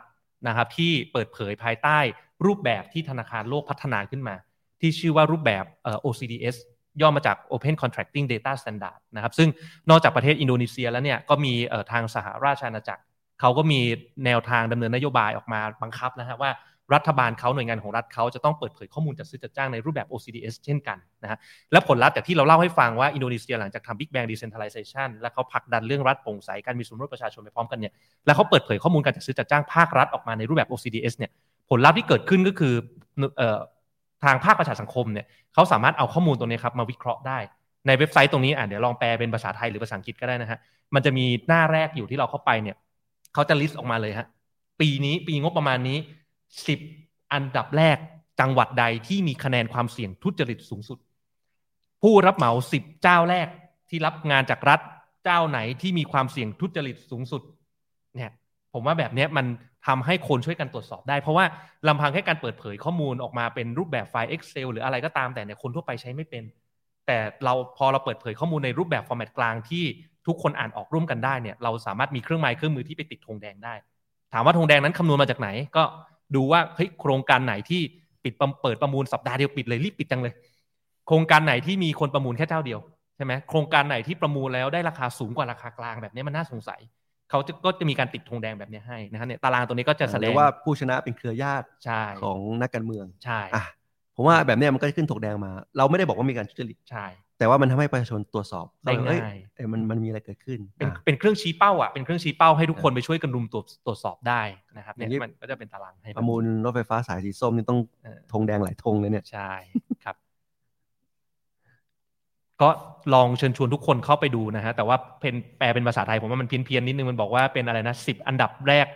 [SPEAKER 1] นะครับ ที่เปิดเผยภายใต้รูปแบบที่ธนาคารโลกพัฒนาขึ้นมา ที่ชื่อว่ารูปแบบเอ่อ OCDS ย่อมาจาก Open Contracting Data Standard นะครับ ซึ่งนอกจากประเทศอินโดนีเซียแล้วเนี่ยก็มีเอ่อทางสหราชอาณาจักร เขาก็มีแนวทางดำเนินนโยบายออกมาบังคับนะฮะว่ารัฐบาลเขาหน่วยงานของรัฐเขาจะต้องเปิดเผยข้อมูลจัดซื้อจัดจ้างในรูปแบบ OCDS เช่นกันนะฮะและผลลัพธ์จากที่เราเล่าให้ฟังว่าอินโดนีเซียหลังจากทำ Big Bang Decentralization และเขาผลักดันเรื่องรัฐโปร่งใสการมีส่วนร่วมประชาชนไปพร้อมกันเนี่ยแล้วเขาเปิดเผยข้อมูลการจัดซื้อจัดจ้างภาครัฐออกมาในรูปแบบ OCDS เนี่ยผลลัพธ์ที่เกิดขึ้นก็คือเอ่อทางภาคประชาสังคมเนี่ยเขาสามารถเอาข้อมูลตรงนี้ครับมาวิเคราะห์ได้ ในเว็บไซต์ตรงนี้อ่ะเดี๋ยวลองแปลเป็นภาษาไทยหรือภาษาอังกฤษก็ได้นะฮะ มันจะมีหน้าแรกอยู่ที่เราเข้าไปเนี่ยเขาจะลิสต์ออกมาเลยฮะ ปีนี้ปีงบประมาณนี้ 10 อันดับแรกจังหวัดใดที่มีคะแนนความเสี่ยงทุจริตสูงสุด ผู้รับเหมา 10 เจ้าแรกที่รับงานจากรัฐเจ้าไหนที่มีความเสี่ยงทุจริตสูงสุด เนี่ย ผมว่าแบบเนี้ยมัน ทำให้คนช่วยกันตรวจสอบได้ เพราะว่าลำพังแค่การเปิดเผยข้อมูลออกมาเป็นรูปแบบไฟล์ Excel หรืออะไรก็ตามแต่เนี่ยคนทั่วไปใช้ไม่เป็น แต่เราพอเราเปิดเผยข้อมูลในรูปแบบฟอร์แมตกลางที่ทุกคนอ่านออกร่วมกันได้เนี่ยเราสามารถมีเครื่องไม้เครื่องมือที่ไปติดธงแดงได้ ถามว่าธงแดงนั้นคำนวณมาจากไหน ก็ดูว่าเฮ้ยโครงการไหนที่ปิดประเปิดประมูลสัปดาห์เดียวปิดเลยรีบปิดจังเลย โครงการไหนที่มีคนประมูลแค่เจ้าเดียวใช่ไหมโครงการไหนที่ประมูลแล้วได้ราคาสูงกว่าราคากลางแบบนี้มันน่าสงสัยเขาจะก็จะมีการติดธงแดงแบบนี้ให้นะฮะเนี่ยตารางตัวนี้ก็จะแสด
[SPEAKER 2] เรีย
[SPEAKER 1] ง
[SPEAKER 2] กว่าผู้ชนะเป็นเครือญาติ
[SPEAKER 1] ใช่
[SPEAKER 2] ของนักการเมือง
[SPEAKER 1] ใช่
[SPEAKER 2] อ่ะผมว่าแบบเนี้ยมันก็จะขึ้นถกแดงมา เราไม่ได้บอกว่ามีการทุจริต
[SPEAKER 1] ใช่
[SPEAKER 2] แต่ว่ามันทำให้ประชาชนตรวจสอบ
[SPEAKER 1] ได้
[SPEAKER 2] เอ้ย
[SPEAKER 1] ง่าย
[SPEAKER 2] เอ้ยมันมันมีอะไรเกิดขึ้น
[SPEAKER 1] เป็น
[SPEAKER 2] อ่ะ
[SPEAKER 1] เป็นเครื่องชี้เป้าอ่ะเป็นเครื่องชี้เป้าให้ทุกคน
[SPEAKER 2] อ่ะ
[SPEAKER 1] ไปช่วยกันรุมตรวจตรวจสอบได้นะครับเนี่ย
[SPEAKER 2] อย่างนี้
[SPEAKER 1] มันก็จะเป็นตารางให้
[SPEAKER 2] ประมูลรถไฟฟ้าสายสีส้มนี่ต้อง
[SPEAKER 1] เออ
[SPEAKER 2] ธงแดงหลายธงเลยเนี่ย
[SPEAKER 1] ใช่ครับ ก็ลองเชิญชวนทุกคนเข้าไปดูนะฮะแต่ว่าเป็นแปลเป็นภาษาไทยผมว่ามันเพี้ยนเพียนๆนิดนึงมันบอกว่าเป็นอะไรนะสิบอันดับแรก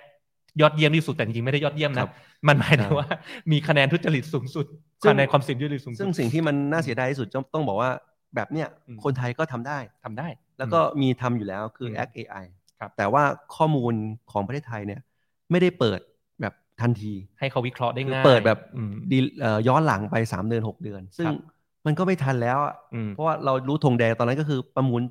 [SPEAKER 1] ยอดเยี่ยมที่สุดแต่จริงๆไม่ได้ยอดเยี่ยม
[SPEAKER 2] ค
[SPEAKER 1] นะ
[SPEAKER 2] รับ
[SPEAKER 1] มันหมายถึง
[SPEAKER 2] อ่า
[SPEAKER 1] ว่ามีคะแนนทุจริตสูงสุด
[SPEAKER 2] ซึ่ง
[SPEAKER 1] คะแนนความเสี่ยงทุจริตสูงสุ
[SPEAKER 2] ซึ่
[SPEAKER 1] ด
[SPEAKER 2] งสิ่งที่มันน่าเสียดายที่สุดต้องต้องบอกว่าแบบเนี้ย
[SPEAKER 1] อืม
[SPEAKER 2] คนไทยก็ทำได้
[SPEAKER 1] ทำได้
[SPEAKER 2] แล้วก็มีทำอยู่แล้วคือ
[SPEAKER 1] ม
[SPEAKER 2] Act AI
[SPEAKER 1] ครับ
[SPEAKER 2] แต่ว่าข้อมูลของประเทศไทยเนี่ย ไม่ได้เปิดแบบทันที
[SPEAKER 1] ให้เขาวิเคราะห์ได้
[SPEAKER 2] คือ
[SPEAKER 1] ง่าย
[SPEAKER 2] เปิดแบบ
[SPEAKER 1] อืม
[SPEAKER 2] ดีเอ่อย้อนหลังไป 3 เดือน 6 เดือน ซึ่ง
[SPEAKER 1] ครับ
[SPEAKER 2] มันก็ไม่ทันแล้วอะ
[SPEAKER 1] อืม
[SPEAKER 2] เพราะว่าเรารู้ธงแดงตอนนั้นก็คือประมูล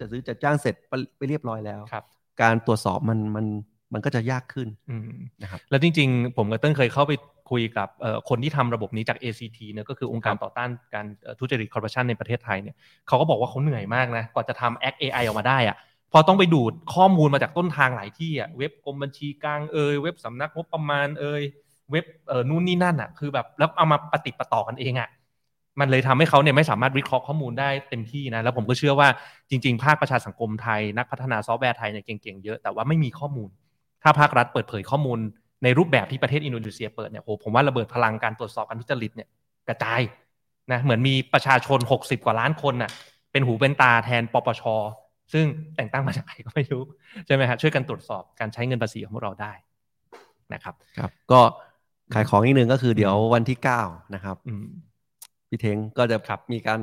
[SPEAKER 2] จะซื้อจัดจ้างเสร็จไปไปเรียบร้อยแล้ว
[SPEAKER 1] ครับ
[SPEAKER 2] การตรวจสอบมันมันมันก็จะยากขึ้น
[SPEAKER 1] อืม
[SPEAKER 2] นะครับ
[SPEAKER 1] แล้วจริงๆ ผมกับเติ้ลเคยเข้าไปคุยกับเอ่อคนที่ทำระบบนี้จาก ACT เนี่ยก็คือองค์การ
[SPEAKER 2] ครับ
[SPEAKER 1] ต่อต้านการเอ่อทุจริตคอร์รัปชันในประเทศไทยเนี่ยเขาก็บอกว่าเขาเหนื่อยมากนะ กว่าจะทำ Act AI ออกมาได้อะพอต้องไปดูดข้อมูลมาจากต้นทางหลายที่อะเว็บกรมบัญชีกลางเอยเว็บสำนักงบประมาณเอยเว็บเอ่อนู่นนี่นั่นอะคือแบบแล้วเอามาปฏิดประต่อกันเองอะมันเลยทำให้เขาเนี่ยไม่สามารถวิเคราะห์ข้อมูลได้เต็มที่นะแล้วผมก็เชื่อว่าจริง ๆ ภาคประชาสังคมไทยนักพัฒนาซอฟต์แวร์ไทยเนี่ยเก่งๆเยอะแต่ว่าไม่มีข้อมูล ถ้าภาครัฐเปิดเผยข้อมูลในรูปแบบที่ประเทศอินโดนีเซียเปิดเนี่ยโหผมว่าระเบิดพลังการตรวจสอบการทุจริตเนี่ยกระจายนะเหมือนมีประชาชน 60 กว่าล้านคนน่ะเป็นหูเป็นตาแทนปปช ซึ่งแต่งตั้งมาจากใครก็ไม่รู้ ใช่ไหมฮะช่วยกันตรวจสอบการใช้เงินภาษีของพวกเราได้นะครับ
[SPEAKER 2] ครับก็ขายของอีกหนึ่งก็คือเดี๋ยววันที่ 9 นะครับ
[SPEAKER 1] อืม
[SPEAKER 2] พี่เทงก็จะ
[SPEAKER 1] ครับ
[SPEAKER 2] มีการ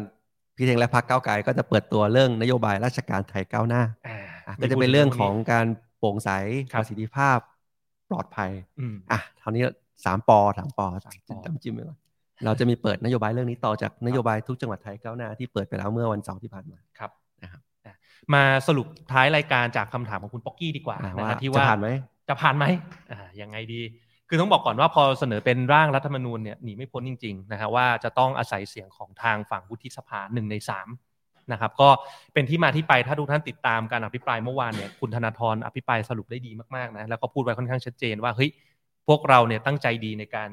[SPEAKER 2] พี่เทงและพรรคก้าวไกลก็จะเปิดตัวเรื่องนโยบายราชการไทยก้าวหน้า
[SPEAKER 1] อ่า
[SPEAKER 2] อ่ะก็จะเป็นเรื่องของ
[SPEAKER 1] มีพูด
[SPEAKER 2] การโปร่งใส
[SPEAKER 1] ครับ
[SPEAKER 2] ประสิทธิภาพปลอดภัย
[SPEAKER 1] อืม
[SPEAKER 2] อ่ะเท่านี้สามปอสามปอ
[SPEAKER 1] สามปอ
[SPEAKER 2] จำจิ้มไว้ก่อนเราจะมีเปิดนโยบายเรื่องนี้ต่อจากนโยบายทุกจังหวัดไทยก้าวหน้าที่เปิดไปแล้วเมื่อวันเสาร์ที่ผ่านมา
[SPEAKER 1] ครับ
[SPEAKER 2] นะครับ
[SPEAKER 1] อ่ะมาสรุปท้ายรายการจากคำถามของคุณป๊อกกี้ดีกว่า
[SPEAKER 2] อ่ะ
[SPEAKER 1] นะ
[SPEAKER 2] ว่า
[SPEAKER 1] ฮะที่
[SPEAKER 2] จะ
[SPEAKER 1] ว่า
[SPEAKER 2] ผ่านไหม
[SPEAKER 1] จะผ่านไหมอ่ายังไงดี คือต้องบอกก่อนว่าพอเสนอเป็นร่างรัฐธรรมนูญเนี่ยหนีไม่พ้นจริงๆนะฮะว่าจะต้องอาศัยเสียงของทางฝั่งวุฒิสภาหนึ่งในสามนะครับ ก็เป็นที่มาที่ไปถ้าทุกท่านติดตามการอภิปรายเมื่อวานเนี่ยคุณธนาธรอภิปรายสรุปได้ดีมากๆนะแล้วก็พูดไว้ค่อนข้างชัดเจนว่าเฮ้ยพวกเราเนี่ยตั้งใจดีในการ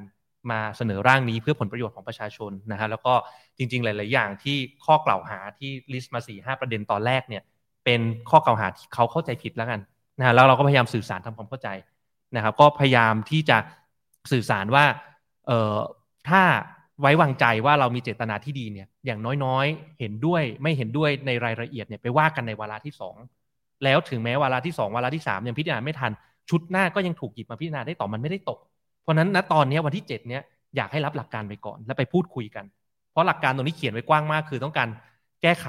[SPEAKER 1] มาเสนอร่างนี้เพื่อผลประโยชน์ของประชาชนนะฮะแล้วก็จริง ๆ หลาย ๆ อย่างที่ข้อกล่าวหาที่ลิสต์มา4ีหประเด็นตอนแรกเนี่ยเป็นข้อกล่าวหาที่เขาเข้าใจผิดแล้วกันนะฮะแล้วเราก็พยายามสื่อสารทำความเข้าใจ นะครับก็พยายามที่จะสื่อสารว่าเอ่อถ้าไว้วางใจว่าเรามีเจตนาที่ดีเนี่ยอย่างน้อยๆ เห็นด้วยไม่เห็นด้วยในรายละเอียดเนี่ยไปว่ากันในวาระที่สองแล้วถึงแม้วาระที่สองวาระที่สามยังพิจารณาไม่ทันชุดหน้าก็ยังถูกหยิบมาพิจารณาได้ต่อมันไม่ได้ตก เพราะฉะนั้นณตอนเนี้ยวันที่เจ็ดเนี่ยอยากให้รับหลักการไปก่อนแล้วไปพูดคุยกัน เพราะหลักการตรงนี้เขียนไว้กว้างมาก คือต้องการแก้ไข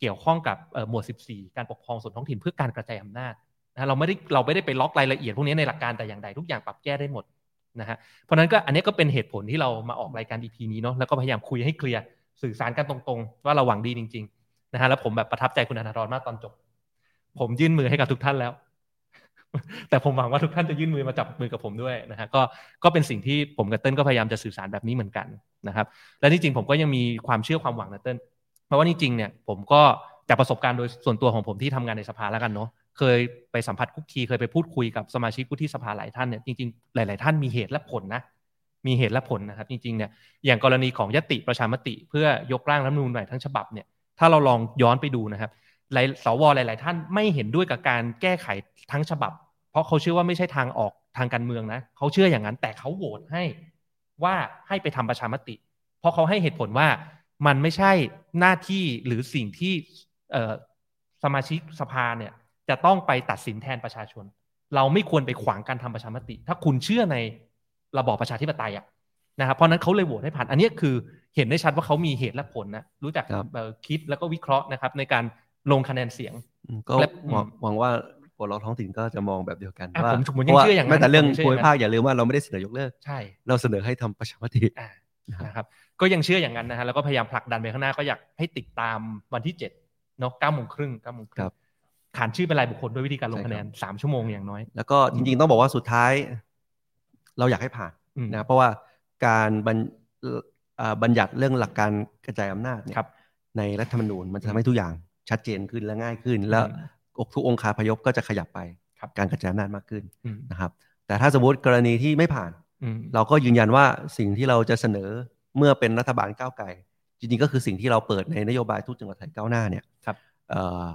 [SPEAKER 1] เกี่ยวข้องกับเอ่อหมวด 14 การปกครองส่วนท้องถิ่นเพื่อการกระจายอำนาจ นะฮะเราไม่ได้เราไม่ได้ไปล็อกรายละเอียดพวกนี้ในหลักการแต่อย่างใดทุกอย่างปรับแก้ได้หมดนะฮะเพราะฉะนั้นก็อันนี้ก็เป็นเหตุผลที่เรามาออกรายการ EP นี้เนาะแล้วก็พยายามคุยให้เคลียร์สื่อสารกันตรงๆ ว่าเราหวังดีจริงๆนะฮะแล้วผมแบบประทับใจคุณธนาธรมากตอนจบ ผมยื่นมือให้กับทุกท่านแล้ว แต่ผมหวังว่าทุกท่านจะยื่นมือมาจับมือกับผมด้วยนะฮะก็ก็เป็นสิ่งที่ผมกับเต้นก็พยายามจะสื่อสารแบบนี้เหมือนกันนะครับ และที่จริงผมก็ยังมีความเชื่อความหวังนะเต้น เพราะว่าจริงๆเนี่ยผมก็จากประสบการณ์โดยส่วนตัวของผมที่ทำงานในสภาแล้วกันเนาะเคยไปสัมผัสคุกคีเคยไปพูดคุยกับสมาชิกวุฒิสภาหลายท่านเนี่ยจริงๆ หลาย ๆ ท่านมีเหตุและผลนะมีเหตุและผลนะครับ จริงๆเนี่ยอย่างกรณีของยติประชามติ เพื่อยกร่างรัฐธรรมนูญใหม่ทั้งฉบับเนี่ยถ้าเราลองย้อนไปดูนะครับหลายสวหลาย ๆ ท่านไม่เห็นด้วยกับการแก้ไขทั้งฉบับ เพราะเขาเชื่อว่าไม่ใช่ทางออกทางการเมืองนะเขาเชื่ออย่างนั้นแต่เขาโหวตให้ว่าให้ไปทำประชามติ เพราะเขาให้เหตุผลว่ามันไม่ใช่หน้าที่หรือสิ่งที่เอ่อสมาชิกสภาเนี่ยจะต้องไปตัดสินแทนประชาชน เราไม่ควรไปขวางการทำประชามติ ถ้าคุณเชื่อในระบอบประชาธิปไตยอะนะครับเพราะฉะนั้นเขาเลยโหวตให้ผ่าน อันนี้คือเห็นได้ชัดว่าเขามีเหตุและผลนะรู้จัก
[SPEAKER 2] ครับ
[SPEAKER 1] เอ่อคิดแล้วก็วิเคราะห์นะครับในการลงคะแนนเสียง
[SPEAKER 2] อืมก็
[SPEAKER 1] และ
[SPEAKER 2] หวัง
[SPEAKER 1] อืม
[SPEAKER 2] หวังว่า ปลดล็อกท้องถิ่นก็จะมองแบบเดียวกัน
[SPEAKER 1] อ่ะ
[SPEAKER 2] ว่า
[SPEAKER 1] ผมผมยัง
[SPEAKER 2] เพราะว่า
[SPEAKER 1] เชื่ออย่างนั้น
[SPEAKER 2] แม้แต่เรื่อง
[SPEAKER 1] ผมยังเชื่อ
[SPEAKER 2] ภูมิภาค
[SPEAKER 1] อย่างนั้น
[SPEAKER 2] อย่าลืมว่าเราไม่ได้เสนอยกเลิก
[SPEAKER 1] ใช่
[SPEAKER 2] เราเสนอให้ทำประชามติ
[SPEAKER 1] อ่า
[SPEAKER 2] ครับ
[SPEAKER 1] นะครับ ก็ยังเชื่ออย่างนั้นนะฮะแล้วก็พยายามผลักดันไปข้างหน้าก็อยากให้ติดตามวันที่เจ็ดเนาะเก้าโมงครึ่งเก้าโมงครึ่งขานชื่อเป็นรายบุคคลด้วยวิธีการลงคะแนนสามชั่วโมงอย่างน้อย
[SPEAKER 2] แล้วก็จริงๆต้องบอกว่าสุดท้าย เราอยากให้ผ่าน
[SPEAKER 1] อืม
[SPEAKER 2] นะเพราะว่าการบัญเอ่อบัญญัติเรื่องหลักการกระจายอำนาจเนี่ย
[SPEAKER 1] ครับ
[SPEAKER 2] ในรัฐธรรมนูญมันจะทำให้ทุกอย่างชัดเจนขึ้นและง่ายขึ้น แล้วอกทุกองคาพยพก็จะขยับไป
[SPEAKER 1] ครับ
[SPEAKER 2] การกระจายอำนาจมากขึ้น
[SPEAKER 1] อืม
[SPEAKER 2] นะครับ แต่ถ้าสมมติกรณีที่ไม่ผ่าน
[SPEAKER 1] อืม
[SPEAKER 2] เราก็ยืนยันว่าสิ่งที่เราจะเสนอเมื่อเป็นรัฐบาลก้าวไกลจริงๆ ก็คือสิ่งที่เราเปิดในนโยบายทุกจังหวัดไทยก้าวหน้าเนี่ย
[SPEAKER 1] ครับ
[SPEAKER 2] เอ่อ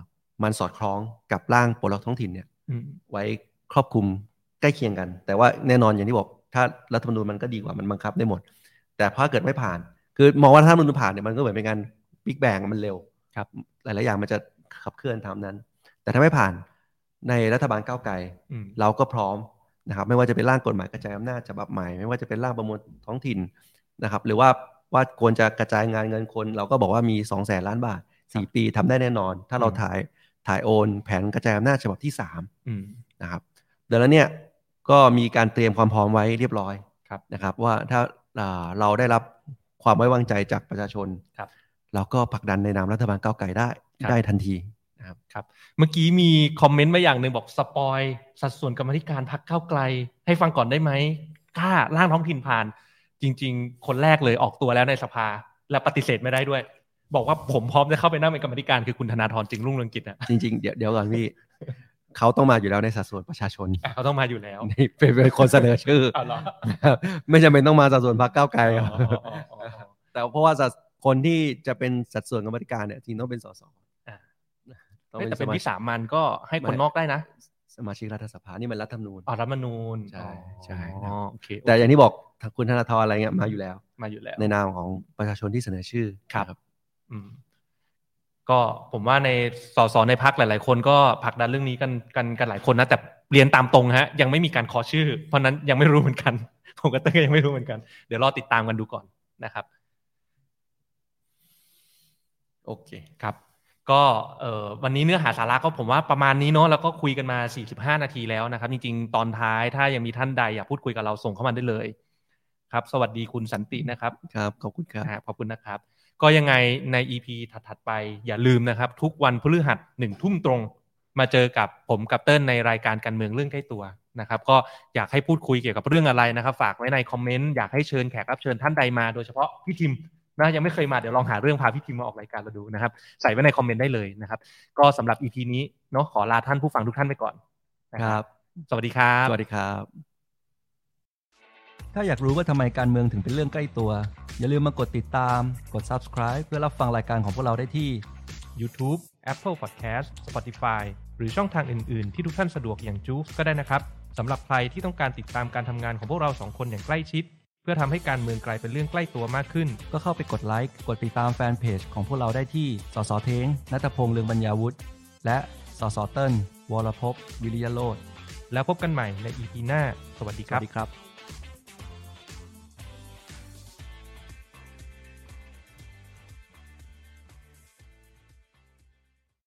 [SPEAKER 2] มันสอดคล้องกับร่างปลดล็อกท้องถิ่นเนี่ย
[SPEAKER 1] อืม
[SPEAKER 2] ไว้ครอบคลุมใกล้เคียงกัน แต่ว่าแน่นอนอย่างที่บอก ถ้ารัฐธรรมนูญมันก็ดีกว่ามันบังคับได้หมด แต่ถ้าเกิดไม่ผ่าน คือมองว่าถ้ารัฐธรรมนูญผ่านเนี่ยมันก็เหมือนเป็นการบิ๊กแบงมันเร็ว
[SPEAKER 1] ครับ
[SPEAKER 2] หลายๆอย่างมันจะขับเคลื่อนตามนั้น แต่ถ้าไม่ผ่านในรัฐบาลก้าวไกล
[SPEAKER 1] อืม
[SPEAKER 2] เราก็พร้อมนะครับ ไม่ว่าจะเป็นร่างกฎหมายกระจายอำนาจฉบับใหม่ไม่ว่าจะเป็นร่างประมวลท้องถิ่นนะครับ หรือว่าว่าควรจะกระจายงานเงินคน เราก็บอกว่ามี2องแสนล้านบาทสี่ปีทำได้แน่นอน ถ้าเรา
[SPEAKER 1] อืม
[SPEAKER 2] ถ่ายถ่ายโอน แผนกระจายอำนาจฉบับที่สาม
[SPEAKER 1] อืม
[SPEAKER 2] นะครับดังนั้นเนี่ยก็มีการเตรียมความพร้อมไว้เรียบร้อย
[SPEAKER 1] ครับ
[SPEAKER 2] นะครับ ว่าถ้าอ่าเราได้รับความไว้วางใจจากประชาชน
[SPEAKER 1] ครับ
[SPEAKER 2] เราก็ผลักดันในนามรัฐบาลก้าวไกลได้
[SPEAKER 1] ครับ
[SPEAKER 2] ได้ทันที
[SPEAKER 1] เมื่อกี้มีคอมเมนต์มาอย่างหนึ่งบอกสปอยสัดส่วนกรรมาธิการพักก้าวไกล ให้ฟังก่อนได้ไหมกล้าร่างท้องถิ่นผ่าน จริง ๆ คนแรกเลยออกตัวแล้วในสภา และปฏิเสธไม่ได้ด้วย บอกว่าผมพร้อมจะเข้าไปนั่งเป็นกรรมาธิการคือคุณธนาธรจึงรุ่งเรืองกิจนะ
[SPEAKER 2] จริง ๆ เดี๋ยวเดี๋ยวก่อนพี่ เขาต้องมาอยู่แล้วในสัดส่วนประชาชน
[SPEAKER 1] อ่ะเขาต้องมาอยู่แล้ว
[SPEAKER 2] นี่เป็นเป็นคนเสนอชื่อ
[SPEAKER 1] อ้าวเหรอ
[SPEAKER 2] นะครับไม่จำเป็นต้องมาสัดส่วนพรรคก้าวไกล
[SPEAKER 1] อ๋อ
[SPEAKER 2] ครับ
[SPEAKER 1] อ๋ออ๋ออ๋อ
[SPEAKER 2] แต่เพราะว่าสัดคนที่จะเป็นสัดส่วนกรรมาธิการเนี่ยจริงต้องเป็นสส
[SPEAKER 1] อ่า
[SPEAKER 2] ต้อง
[SPEAKER 1] เฮ้ย
[SPEAKER 2] เป็
[SPEAKER 1] แต่
[SPEAKER 2] นส
[SPEAKER 1] เป็น
[SPEAKER 2] มา
[SPEAKER 1] วิ
[SPEAKER 2] ชิก
[SPEAKER 1] สามันก็ให้คนนอกได้นะ
[SPEAKER 2] สมาชิกรัฐสภานี่มันรัฐธรรมนูญ
[SPEAKER 1] อ๋อรัฐธรรมนูญ
[SPEAKER 2] ใช่ใช่
[SPEAKER 1] อ๋
[SPEAKER 2] นะ
[SPEAKER 1] อโอเค
[SPEAKER 2] แต่อย่างที่บอกทางคุณธนาธรอะไรเงี้ยมาอยู่แล้ว
[SPEAKER 1] มาอยู่แล้ว
[SPEAKER 2] ในนามของประชาชนที่เสนอชื่อ
[SPEAKER 1] ครับ
[SPEAKER 2] นะ
[SPEAKER 1] อืมก็ผมว่าในสสในพักหลาย ๆ คนก็ผลักดันเรื่องนี้กันกันกันหลายคนนะแต่เรียนตามตรงฮะ ยังไม่มีการขอชื่อ เพราะนั้นยังไม่รู้เหมือนกัน ผมกับเต้ยก็ยังไม่รู้เหมือนกัน เดี๋ยวรอติดตามกันดูก่อนนะครับ
[SPEAKER 2] โอเค
[SPEAKER 1] ครับ ก็เอ่อวันนี้เนื้อหาสาระก็ผมว่าประมาณนี้เนาะแล้วก็คุยกันมา 45 นาทีแล้วนะครับ จริงๆ ตอนท้ายถ้ายังมีท่านใดอยากพูดคุยกับเราส่งเข้ามาได้เลย ครับ สวัสดีคุณสันตินะครับ
[SPEAKER 2] ครับ ขอบคุณครับ
[SPEAKER 1] นะฮะขอบคุณนะครับ ก็ยังไงใน EP ถัดๆไปอย่าลืมนะครับ ทุกวันพฤหัสหนึ่งทุ่มตรง มาเจอกับผมกับเติ้ลในรายการการเมืองเรื่องใกล้ตัวนะครับ ก็อยากให้พูดคุยเกี่ยวกับเรื่องอะไรนะครับ ฝากไว้ในคอมเมนต์อยากให้เชิญแขกรับเชิญท่านใดมาโดยเฉพาะพี่ทิมนะยังไม่เคยมาเดี๋ยวลองหาเรื่องพาพี่ทิมมาออกรายการเราดูนะครับ ใส่ไว้ในคอมเมนต์ได้เลยนะครับ ก็สำหรับ EP นี้เนาะขอลาท่านผู้ฟังทุกท่านไปก่อนนะ
[SPEAKER 2] ค
[SPEAKER 1] ครับ
[SPEAKER 2] รับ
[SPEAKER 1] สวัสดีครับ
[SPEAKER 2] สวัสดีครับ ถ้าอยากรู้ว่าทำไมการเมืองถึงเป็นเรื่องใกล้ตัว อย่าลืมมากดติดตาม กด subscribe เพื่อรับฟังรายการของพวกเราได้ที่
[SPEAKER 1] YouTube, Apple Podcast, Spotify หรือช่องทางอื่น ๆ ที่ทุกท่านสะดวกอย่างจูฟก็ได้นะครับ สำหรับใครที่ต้องการติดตามการทำงานของพวกเราสองคนอย่างใกล้ชิด เพื่อทำให้การเมืองกลายเป็นเรื่องใกล้ตัวมากขึ้น
[SPEAKER 2] ก็เข้าไปกดไลค์ กดติดตามแฟนเพจของพวกเราได้ที่ สสเทงนัทพงษ์เลืองบรรยาวุฒิ และสสเติ้ลวรภพวิริยโรธ
[SPEAKER 1] แล้วพบกันใหม่ใน EP หน้า สวัสดี
[SPEAKER 2] ส
[SPEAKER 1] ค
[SPEAKER 2] วั
[SPEAKER 1] รั
[SPEAKER 2] ส
[SPEAKER 1] บ
[SPEAKER 2] ดีครับ